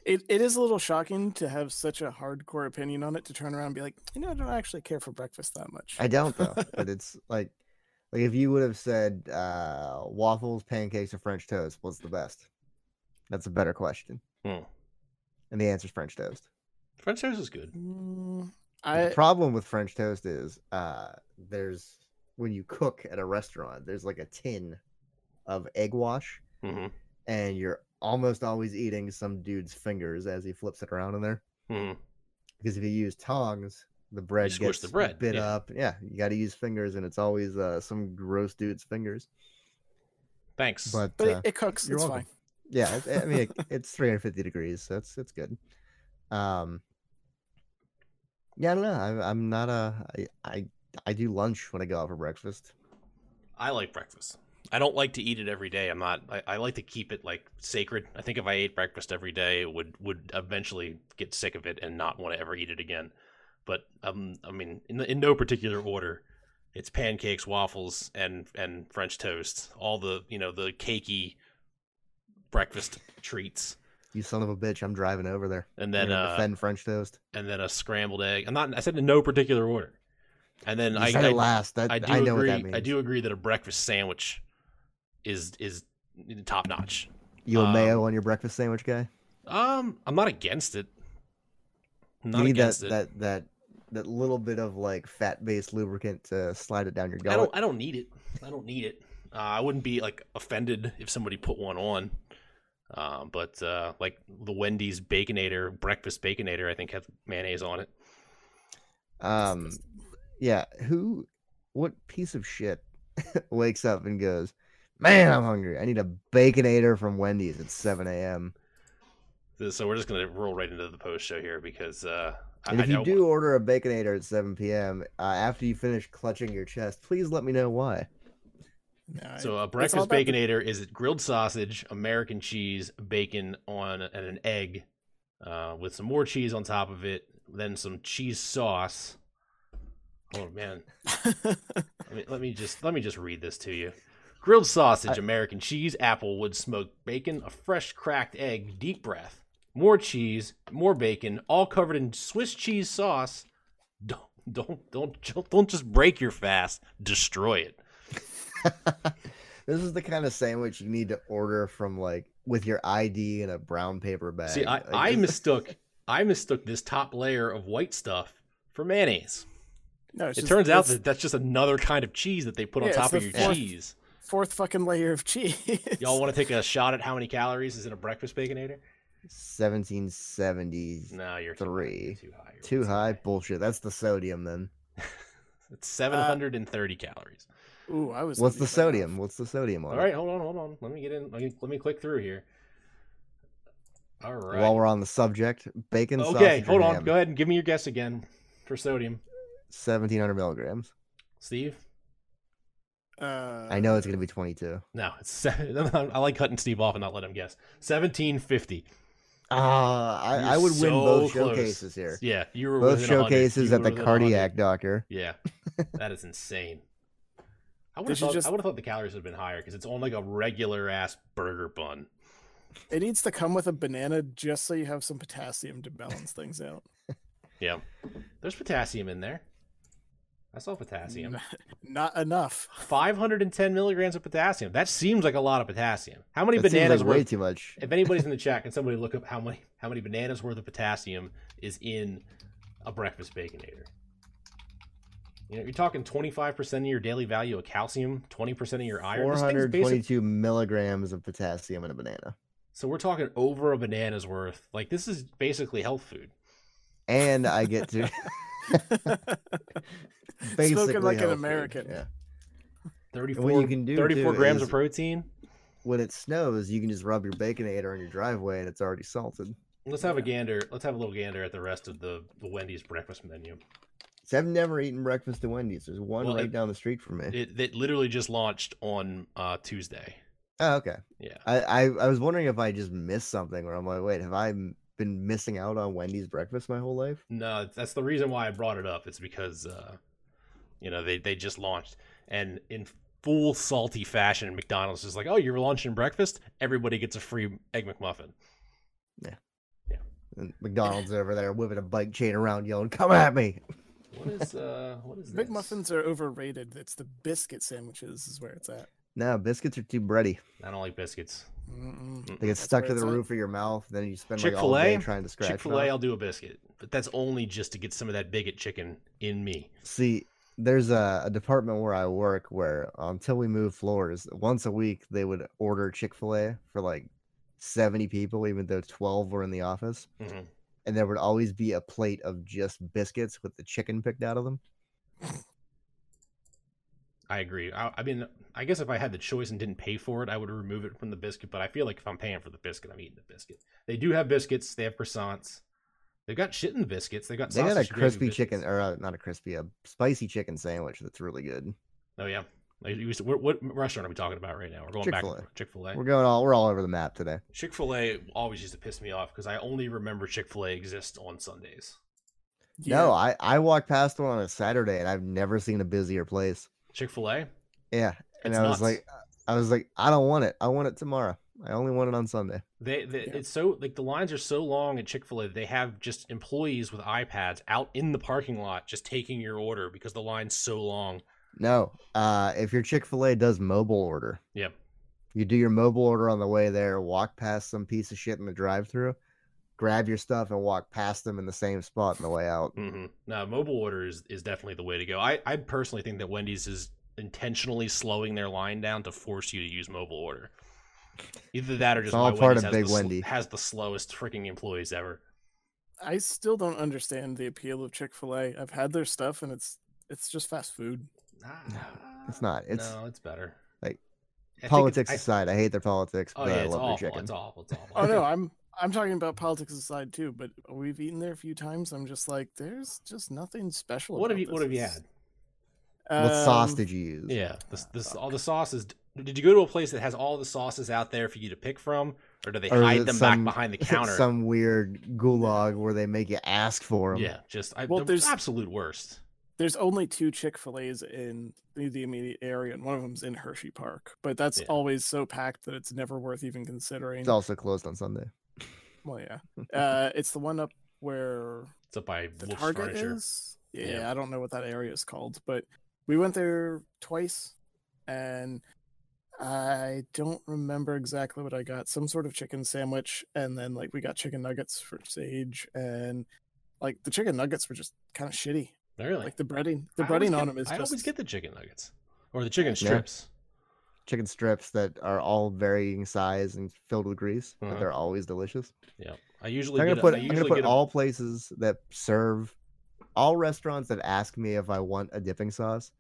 It, it is a little shocking to have such a hardcore opinion on it to turn around and be like, you know, I don't actually care for breakfast that much. I don't though, but it's like like if you would have said uh, waffles, pancakes, or French toast, what's the best? That's a better question, Hmm. and the answer is French toast. French toast is good. Mm, But I the problem with French toast is uh, there's when you cook at a restaurant, there's like a tin of egg wash, hmm and you're almost always eating some dude's fingers as he flips it around in there. hmm Because if you use tongs, the bread squish gets the bread, bit yeah. up. Yeah, you got to use fingers, and it's always uh, some gross dude's fingers. Thanks. But, but uh, it, it cooks. you're it's welcome. fine. yeah, it's, I mean, it, it's 350 degrees, so it's it's good. Um, yeah, I don't know. I'm, I'm not a I, I I do lunch when I go out for breakfast. I like breakfast. I don't like to eat it every day. I'm not. I, I like to keep it like sacred. I think if I ate breakfast every day, it would would eventually get sick of it and not want to ever eat it again. But um, I mean, in, in no particular order, it's pancakes, waffles, and and French toast. All the you know the cakey breakfast treats, You son of a bitch! I'm driving over there. and I'm then gonna uh, defend French toast. and then a scrambled egg. I'm not. I said in no particular order. And then You I, said it I last. That, I I, do know agree. what that means. I do agree that a breakfast sandwich is is top notch. You a mayo um, on your breakfast sandwich, guy? Um, I'm not against it. I'm you not need that against it. that that that little bit of like fat-based lubricant to slide it down your I gullet. don't. I don't need it. I don't need it. Uh, I wouldn't be like offended if somebody put one on. Um, but uh, like the Wendy's Baconator breakfast Baconator, I think has mayonnaise on it. Um, yeah. Who? What piece of shit wakes up and goes, "Man, I'm hungry. I need a baconator from Wendy's at 7 a.m." So we're just gonna roll right into the post show here because uh, I, And if I you don't- do order a baconator at 7 p.m. Uh, after you finish clutching your chest, please let me know why. No, So a I- it's all breakfast about the- baconator is grilled sausage, American cheese, bacon on and an egg, uh, with some more cheese on top of it, then some cheese sauce. Oh man, let me, let me just let me just read this to you. Grilled sausage, American cheese, applewood smoked bacon, a fresh cracked egg, deep breath, more cheese, more bacon, all covered in Swiss cheese sauce. Don't don't don't don't just break your fast, destroy it. This is the kind of sandwich you need to order from like with your ID in a brown paper bag. See, I, Like, I this- mistook I mistook this top layer of white stuff for mayonnaise. no, it's It just- turns out it's that that's just another kind of cheese that they put on Yeah, it's top of the your fourth- cheese. fourth fucking layer of cheese. Y'all want to take a shot at how many calories is in a breakfast baconator? 1770s. No, you're too high, Three. you're Too high. you're Too high high. bullshit. That's the sodium then. It's 730 calories. Ooh, I was. What's the gonna do that. sodium? What's the sodium on All it? right, hold on, hold on. Let me get in. Let me, let me click through here. All right. While we're on the subject, bacon okay, sausage hold or on. ham, Go ahead and give me your guess again for sodium, 1700 milligrams. Steve. Uh, I know it's going to be 22. No, it's seven. I like cutting Steve off and not let him guess. 1750. Ah, You're I, I would win so both close. showcases here. Yeah, you were Both within 100. showcases You at were the within cardiac doctor. 100. Yeah, that is insane. I would have Did you thought, just- I would have thought the calories would have been higher because it's on like a regular ass burger bun. it needs to come with a banana just so you have some potassium to balance things out. Yeah, there's potassium in there. I saw potassium. N- Not enough. 510 milligrams of potassium. That seems like a lot of potassium. How many That seems bananas like worth? way too much. if anybody's in the chat, can somebody look up how many how many bananas worth of potassium is in a breakfast baconator? You know, you're talking 25% of your daily value of calcium, 20% of your iron. This thing's basic- 422 milligrams of potassium in a banana. So we're talking over a banana's worth. Like this is basically health food. And I get to basically like an health food, American. Yeah. 34, what you can do, 34 too, grams is- of protein. When it snows, you can just rub your baconator on your driveway and it's already salted. Let's have a gander. Let's have a little gander at the rest of the, the Wendy's breakfast menu. See, I've never eaten breakfast at Wendy's. There's one Well, right it- down the street from me. It, it literally just launched on uh, Tuesday. oh, okay. Yeah. I, I I was wondering if I just missed something where I'm like, wait, have I m- been missing out on Wendy's breakfast my whole life? No, that's the reason why I brought it up. It's because uh, you know they they just launched, and in full salty fashion, McDonald's is like, "Oh, you're launching breakfast? Everybody gets a free egg McMuffin." And McDonald's over there whipping a bike chain around, yelling, "Come at me!" What is uh? What is Big this? muffins are overrated. It's the biscuit sandwiches is where it's at. No, biscuits are too bready. I don't like biscuits. Mm-mm. Mm. They get That's stuck where to the it's at. roof of your mouth. Then you spend like all Chick-fil-A? day trying to scratch. Chick it Fil A, off. I'll do a biscuit, but that's only just to get some of that bigot chicken in me. See, there's a, a department where I work where until we moved floors, once a week they would order Chick Fil A for like seventy people, even though twelve were in the office. Mhm. and there would always be a plate of just biscuits with the chicken picked out of them. I agree. I, I mean, I guess if I had the choice and didn't pay for it, I would remove it from the biscuit. But I feel like if I'm paying for the biscuit, I'm eating the biscuit. They do have biscuits. They have croissants. They've got shit in the biscuits. They got They got a sausage, gravy, crispy biscuits. chicken, or uh, not a crispy, a spicy chicken sandwich that's really good. Oh yeah. Like, you used to- what, what restaurant are we talking about right now? We're going back. Chick-fil-A. Chick Fil A. We're going all we're all over the map today. Chick Fil A always used to piss me off because I only remember Chick Fil A exists on Sundays. No, Yeah. I I walked past one on a Saturday and I've never seen a busier place. Chick Fil A. Yeah, and It's I nuts. was like, uh, I was like, I don't want it. I want it tomorrow. I only want it on Sunday. They, they Yeah. it's so like the lines are so long at Chick Fil A. They have just employees with iPads out in the parking lot just taking your order because the line's so long. No, uh, if your Chick Fil A does mobile order, Yep. you do your mobile order on the way there, walk past some piece of shit in the drive-through, grab your stuff, and walk past them in the same spot on the way out. Mm-hmm. No, mobile order is, is definitely the way to go. I, I personally think that Wendy's is intentionally slowing their line down to force you to use mobile order. Either that or just It's all why part Wendy's of has Big the sl- Wendy. has the slowest freaking employees ever. I still don't understand the appeal of Chick Fil A. I've had their stuff, and it's it's just fast food. It's not. It's no, it's better. I like, think it's- politics I- aside. I hate their politics, oh but yeah, I it's love their awful. chicken. It's awful. It's awful. Oh no, I'm I'm talking about politics aside too. But we've eaten there a few times. I'm just like, there's just nothing special. What about have you this. What have you It's- had? What Um, sauce did you use? Yeah, this, this all the sauces. Did you go to a place that has all the sauces out there for you to pick from, or do they Or is hide it them some- back behind the counter? Some weird gulag where they make you ask for them. yeah, just I, Well, the there's- absolute worst. There's only two Chick Fil A's in the, the immediate area, and one of them's in Hershey Park. But that's Yeah. always so packed that it's never worth even considering. It's also closed on Sunday. Well, yeah, uh, it's the one up where It's up by the Wolf's Target Furniture. is. Yeah, Yeah. I don't know what that area is called, but we went there twice, and I don't remember exactly what I got. Some sort of chicken sandwich, and then like we got chicken nuggets for Sage, and like the chicken nuggets were just kind of shitty. Really? Like the breading, the I always breading on get- them is I just always get the chicken nuggets or the chicken Yeah. strips. Chicken strips that are all varying size and filled with grease, Uh-huh. but they're always delicious. Yeah, I usually I'm get. a- gonna put I I'm usually gonna put get a- all places that serve all restaurants that ask me if I want a dipping sauce,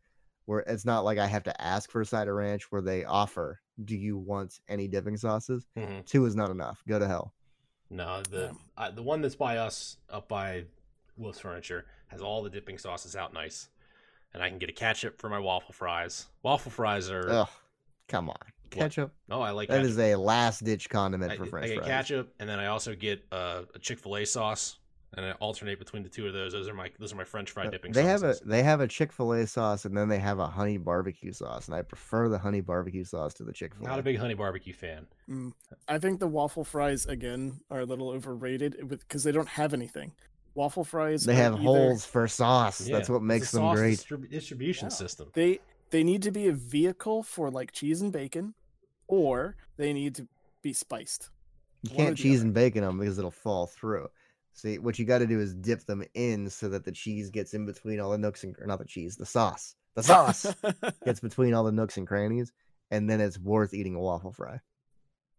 where it's not like I have to ask for a side of ranch where they offer, do you want any dipping sauces? Mhm. Two is not enough. Go to hell. No, the Yeah. uh, the one that's by us up by Wolf's Furniture has all the dipping sauces out nice, and I can get a ketchup for my waffle fries. Waffle fries are Ugh, come on. Ketchup. oh, I like That ketchup. is a last ditch condiment I, for I French get fries. ketchup, and then I also get uh, a Chick Fil A sauce, and I alternate between the two of those. Those are my those are my French fry Uh, dipping. they have a sauces. they have a Chick Fil A sauce and then they have a honey barbecue sauce, and I prefer the honey barbecue sauce to the Chick Fil Not a big honey barbecue fan. Mm. I think the waffel fries again are a little overrated because they don't have anything. Waffle fries. They are have either- holes for sauce. Yeah, That's what it's a makes them sauce great. distrib- distribution Yeah. system. They they need to be a vehicle for like cheese and bacon, or they need to be spiced. You one or can't the cheese other. and bacon them because it'll fall through. See, what you got to do is dip them in so that the cheese gets in between all the nooks and or not the cheese, the sauce, the sauce gets between all the nooks and crannies, and then it's worth eating a waffle fry.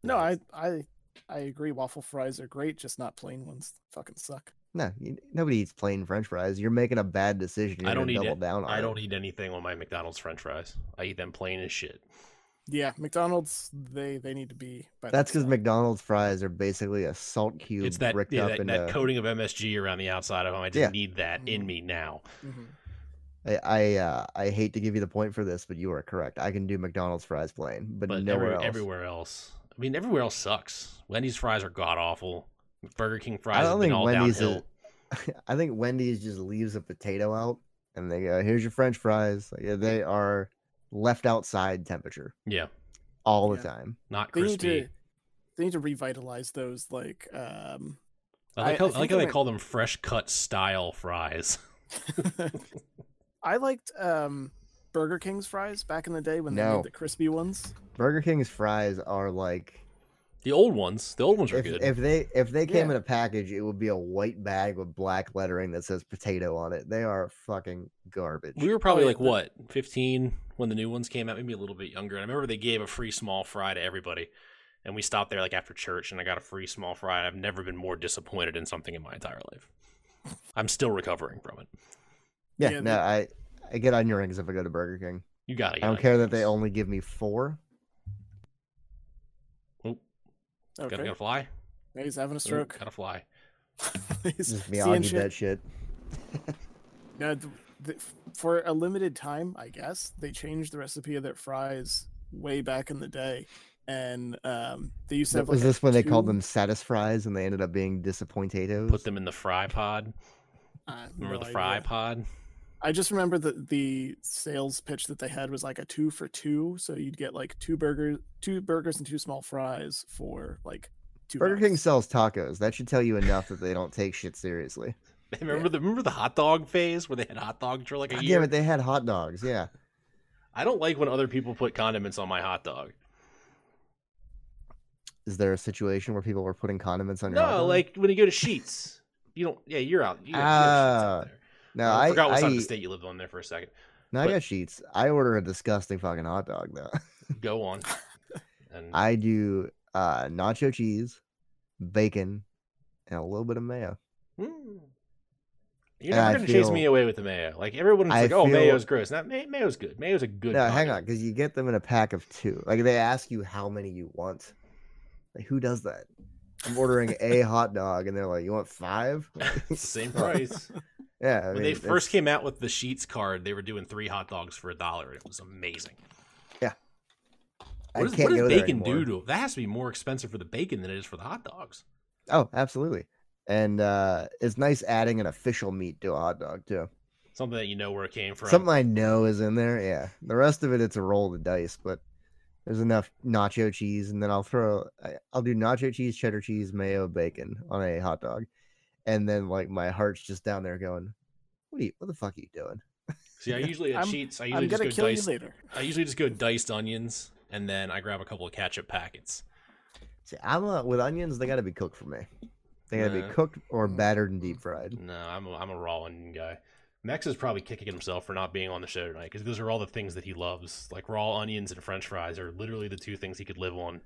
no, I I I agree. Waffle fries are great, just not plain ones. Fucking suck. No, you, nobody eats plain French fries. You're making a bad decision. You're I don't gonna eat double it. down on I it. don't eat anything on my McDonald's French fries. I eat them plain as shit. Yeah, McDonald's they they need to be. By That's because themselves. McDonald's fries are basically a salt cube It's that bricked yeah, up that, in that a- coating of MSG around the outside of them. I just Yeah. need that in Mhm. me now. Mhm. I I, uh, I hate to give you the point for this, but you are correct. I can do McDonald's fries plain, but, but nowhere every- else. everywhere else. I mean, everywhere else sucks. Wendy's fries are god awful. Burger King fries don't have been think all Wendy's downhill. is- I think Wendy's just leaves a potato out, and they go, "Here's your French fries." Like, yeah, they are left outside temperature Yeah, all Yeah. the time. not They need crispy. to they need to revitalize those like um I like I- how, I I like think how I they might- call them fresh cut style fries. I liked um Burger King's fries back in the day when they No. made the crispy ones. Burger King's fries are like The old ones, the old ones are if, good. if they if they came Yeah. in a package, it would be a white bag with black lettering that says potato on it. They are fucking garbage. we were probably yeah, like but- what 15 when the new ones came out, maybe a little bit younger. And I remember they gave a free small fry to everybody, and we stopped there like after church, and I got a free small fry. And I've never been more disappointed in something in my entire life. I'm still recovering from it. yeah, yeah, no, the- I I get onion rings if I go to Burger King. You got it. I don't care that they only give me four. Okay. Gotta, gotta fly. Now he's having a Ooh, stroke. gotta fly. He's Just seeing Miyagi shit. that shit. No, th- th- for a limited time, I guess they changed the recipe of their fries way back in the day, and um, they used to have. was like, a this when they called two- them satisfries and they ended up being disappointatios? Put them in the fry pod. I have Remember no the fry idea. pod? I just remember that the sales pitch that they had was like a two for two, so you'd get like two burgers, two burgers and two small fries for like two. Burger bucks. King sells tacos. That should tell you enough that they don't take shit seriously. Remember the remember the hot dog phase where they had hot dogs for like a God year. damn it, they had hot dogs. Yeah, I don't like when other people put condiments on my hot dog. is there a situation where people were putting condiments on your? hot No, dog? like when you go to Sheets, you don't. Yeah, you're out. You got Sheetz out Ah, there. no, I, I, forgot what I side of the eat- state you lived on there for a second. No, But- I got sheets. I order a disgusting fucking hot dog though. Go on. And I do uh nacho cheese, bacon, and a little bit of mayo. Mm. you're And never I gonna chase me feel- away with the mayo. Like everyone's I like, "Oh, feel- mayo's gross." Not may- mayo's good. Mayo's a good. No, hang on, condiment. because you get them in a pack of two. Like they ask you how many you want. Like who does that? I'm ordering a hot dog, and they're like, "You want five? It's the same price. yeah. I when they mean, first it's- came out with the Sheets card, they were doing three hot dogs for a dollar. It was amazing. I What, is, can't what does go there bacon do anymore. to? That has to be more expensive for the bacon than it is for the hot dogs. Oh, absolutely. And uh, it's nice adding an official meat to a hot dog too. Something that you know where it came from. Something I know is in there. Yeah. The rest of it, it's a roll of the dice, but there's enough nacho cheese, and then I'll throw, I- I'll do nacho cheese, cheddar cheese, mayo, bacon on a hot dog, and then like my heart's just down there going, "What are you? What the fuck are you doing?" See, I usually at I'm- Sheets, I usually I'm just gonna go kill diced. you later. I usually just go diced onions, and then I grab a couple of ketchup packets. See, I'm uh, with onions. They got to be cooked for me. They got to Nah. be cooked or Mm-hmm. Mm. battered and deep fried. No, I'm a, I'm a raw onion guy. Max is probably kicking himself for not being on the show tonight because those are all the things that he loves. Like raw onions and French fries are literally the two things he could live on.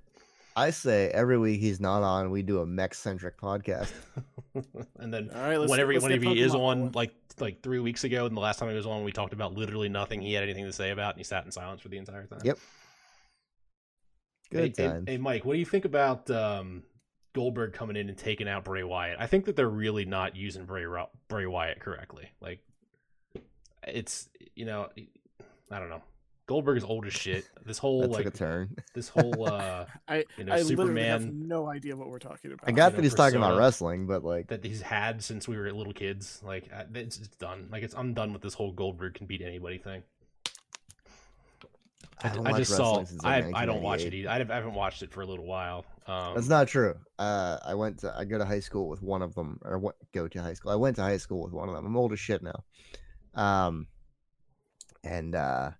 I say every week he's not on, we do a mech centric podcast. and then All right, let's whenever let's whenever get he is Pokemon on, like like three weeks ago, and the last time he was on, we talked about literally nothing he had anything to say about, and he sat in silence for the entire time. Yep. Hey, Good hey- times. hey, Mike, what do you think about um, Goldberg coming in and taking out Bray Wyatt? I think that they're really not using Bray Ro- Bray Wyatt correctly. Like, it's you know, I don't know. Goldberg is old as shit. This whole That like took a turn. this whole uh, I you know I literally have Superman no idea what we're talking about. I got know, that he's talking about persona. wrestling, but like, that he's had since we were little kids. Like, I- it's, it's done. Like, it's I'm done with this whole Goldberg can beat anybody thing. I, don't I watch just saw. wrestling since, I, like, I don't watch 1998. it either. I haven't watched it for a little while. Um, That's not true. Uh, I went to I go to high school with one of them, or what go to high school. I went to high school with one of them. I'm old as shit now. Um, and uh,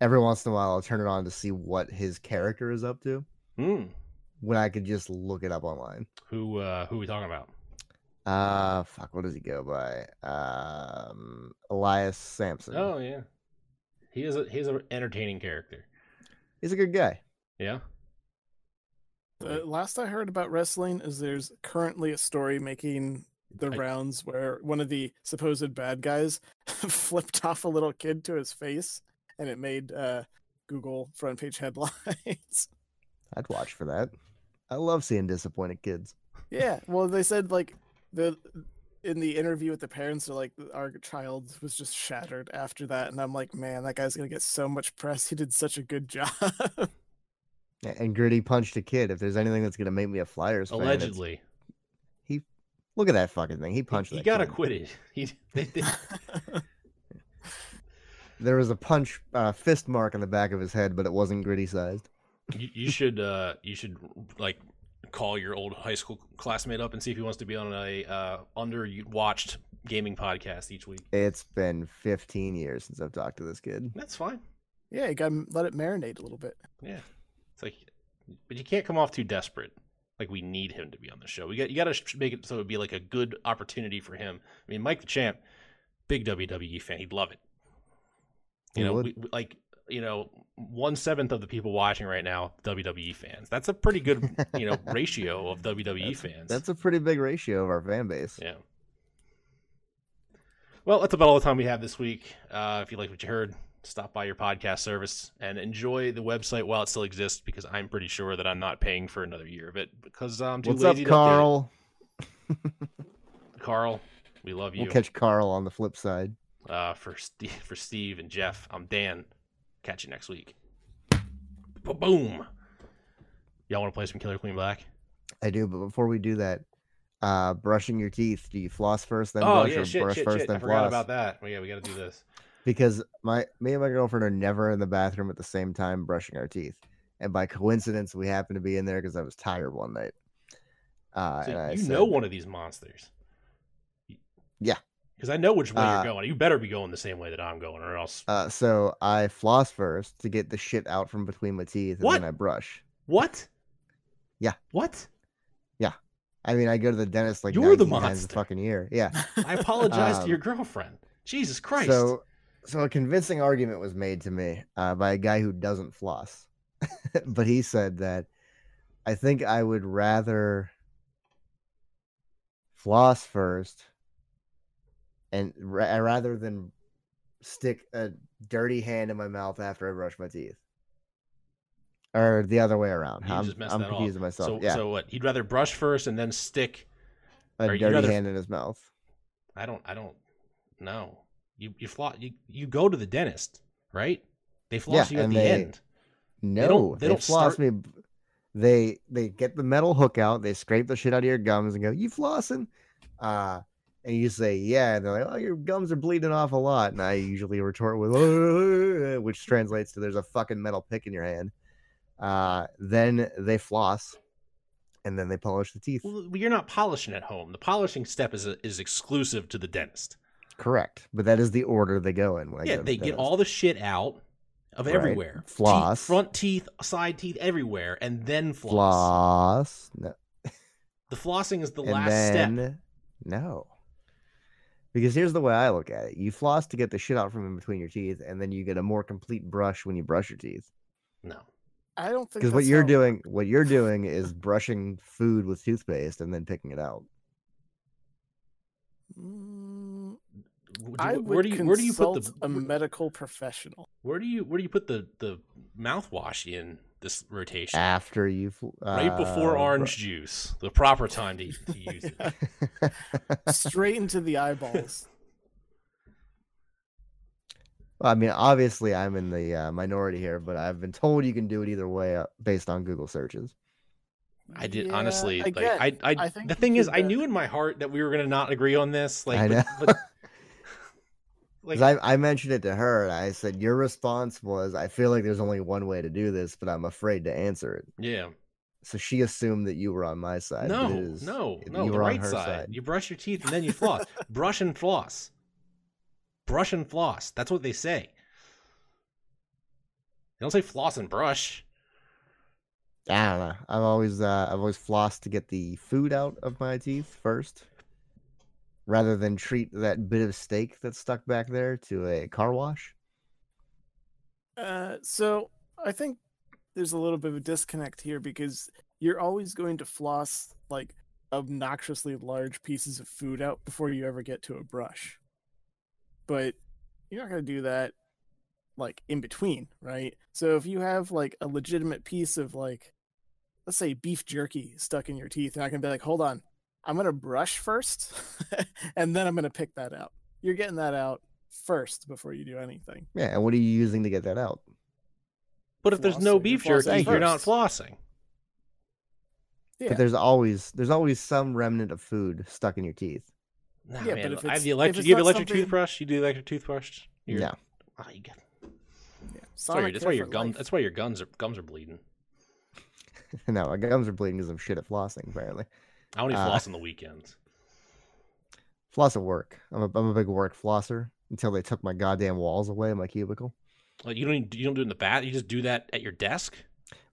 every once in a while, I'll turn it on to see what his character is up to hmm. when I could just look it up online. who uh, who are we talking about? Uh, fuck, what does he go by? Um, Elias Sampson. Oh yeah, he is. A, he's an entertaining character. he's a good guy. Yeah. The last I heard about wrestling is there's currently a story making the I- rounds where one of the supposed bad guys flipped off a little kid to his face, and it made uh, Google front page headlines. I'd watch for that. I love seeing disappointed kids. yeah, well, they said like the in the interview with the parents are like our child was just shattered after that and i'm like man that guy's gonna get so much press he did such a good job A- And Gritty punched a kid. If there's anything that's gonna make me a Flyers fan, it's- Allegedly, look at that fucking thing. He he, punched. he that got kid. acquitted. He they, they, There was a punch uh, fist mark on the back of his head, but it wasn't Gritty sized. you, you should uh you should like call your old high school classmate up and see if he wants to be on a uh underwatched gaming podcast each week. It's been 15 years since I've talked to this kid. That's fine. yeah you gotta let it marinate a little bit It's like, but you can't come off too desperate. Like we need him to be on the show. We got you got to make it so it'd be like a good opportunity for him. I mean, Mike the Champ, big WWE fan, he'd love it. You He know, would. we, we- like you know, one seventh of the people watching right now WWE fans. That's a pretty good you know ratio of WWE fans. That's a pretty big ratio of our fan base. Yeah. Well, that's about all the time we have this week. Uh, if you like what you heard, stop by your podcast service and enjoy the website while it still exists because I'm pretty sure that I'm not paying for another year of it because I'm too What's up, lazy to update it. Carl? Carl, we love you. We'll catch Carl on the flip side. uh, for, Steve, for Steve and Jeff, I'm Dan. Catch you next week. Boom. Y'all want to play some Killer Queen Black? I do, but before we do that, uh, brushing your teeth. Do you floss first, then oh, brush, yeah, or shit, brush shit, first, shit. then I forgot floss? about that. Well, yeah, we got to do this. because my me and my girlfriend are never in the bathroom at the same time brushing our teeth, and by coincidence we happened to be in there because I was tired one night. Uh, So and I you said, know one of these monsters. Yeah. Because I know which way Uh, you're going. You better be going the same way that I'm going, or else. Uh, so I floss first to get the shit out from between my teeth, and What? then I brush. What? Yeah. What? I mean, I go to the dentist like You're the 19 times a monster. fucking year. Yeah. I apologize to Um, your girlfriend. Jesus Christ. So, so a convincing argument was made to me uh, by a guy who doesn't floss, but he said that I think I would rather floss first, and ra- uh, rather than stick a dirty hand in my mouth after I brush my teeth, or the other way around. You I'm, just messed um, I'm that all up. confusing myself. so, yeah, so what? He'd rather brush first and then stick. a or you'd dirty rather- hand in his mouth. I don't. I don't. No. You you floss. You, you go to the dentist, right? They floss Yeah, you at and the they- end. No, don't- they, they don't floss start- me. b- They they get the metal hook out, they scrape the shit out of your gums and go, "You flossing?" Uh, and you say, "Yeah," and they're like, "Oh, your gums are bleeding off a lot." And I usually retort with, "Ugh," which translates to "There's a fucking metal pick in your hand." Uh, then they floss, and then they polish the teeth. Well, you're not polishing at home. The polishing step is is exclusive to the dentist. Correct, but that is the order they go in. When I yeah, go to they the get dentist. all the shit out of Right. everywhere. Teeth- Floss. front teeth, side teeth, everywhere, and then floss. floss. No, The flossing is the and last then step. no because here's the way i look at it you floss to get the shit out from in between your teeth and then you get a more complete brush when you brush your teeth No. i don't think because what that's you're how- doing what you're doing is brushing food with toothpaste and then picking it out Mm, Do- I would where do you where do you put the consult a medical professional where do you where do you put the the mouthwash in this rotation? after you fl- right before uh, bru- orange juice, the proper time to, to use it. straight into the eyeballs i mean obviously i'm in the uh, minority here but i've been told you can do it either way uh, based on google searches I did Yeah, honestly. again, like I, I, I think the you thing is, should, I uh, knew in my heart that we were gonna not agree on this. Like, I but- know. but, like, 'Cause I, I mentioned it to her and i said your response was i feel like there's only one way to do this but i'm afraid to answer it yeah. So she assumed that you were on my side. but No, it is- no, it- no. you the were on right her side. You brush your teeth and then you floss. brush and floss. Brush and floss. That's what they say. They don't say floss and brush. I don't know. I've always uh, I've always flossed to get the food out of my teeth first, rather than treat that bit of steak that's stuck back there to a car wash. Uh, so I think there's a little bit of a disconnect here because you're always going to floss like obnoxiously large pieces of food out before you ever get to a brush. But you're not going to do that like in between, right? So if you have like a legitimate piece of like let's say beef jerky stuck in your teeth and I can be like, "Hold on. I'm gonna brush first, and then I'm gonna pick that out. You're getting that out first before you do anything. Yeah, and what are you using to get that out? But if there's no Flossing, beef you're jerky, flossing you're not first. flossing. Yeah, But there's always there's always some remnant of food stuck in your teeth. Nah, Yeah, but man, if I have it's- the if electric. it's You have not electric something- toothbrush. You do electric toothbrush. You're, Yeah. Ah, you get- yeah. that's why, your- Sonic that's hair why your for gum. life. That's why your guns are gums are bleeding. no, my gums are bleeding because I'm shit at flossing. Apparently, I only Uh, floss on the weekends. floss at work. I'm a I'm a big work flosser until they took my goddamn walls away in my cubicle. Like you don't even, you don't do it in the bath. You just do that at your desk.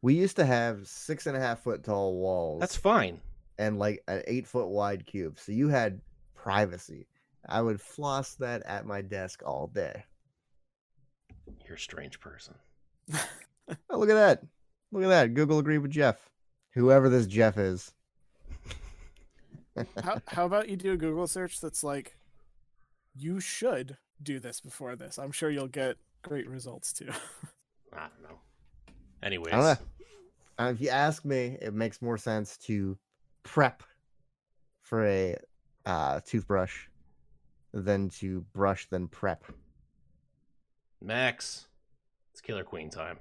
We used to have six and a half foot tall walls. That's fine. and like an eight foot wide cube. So you had privacy. I would floss that at my desk all day. You're a strange person. Oh, look at that. Look at that. Google agreed with Jeff. Whoever this Jeff is. how, how about you do a Google search that's like, you should do this before this. I'm sure you'll get great results too. I don't know. Anyways, I don't Uh, if you ask me, it makes more sense to prep for a uh, toothbrush than to brush, then prep. Max, it's Killer Queen time.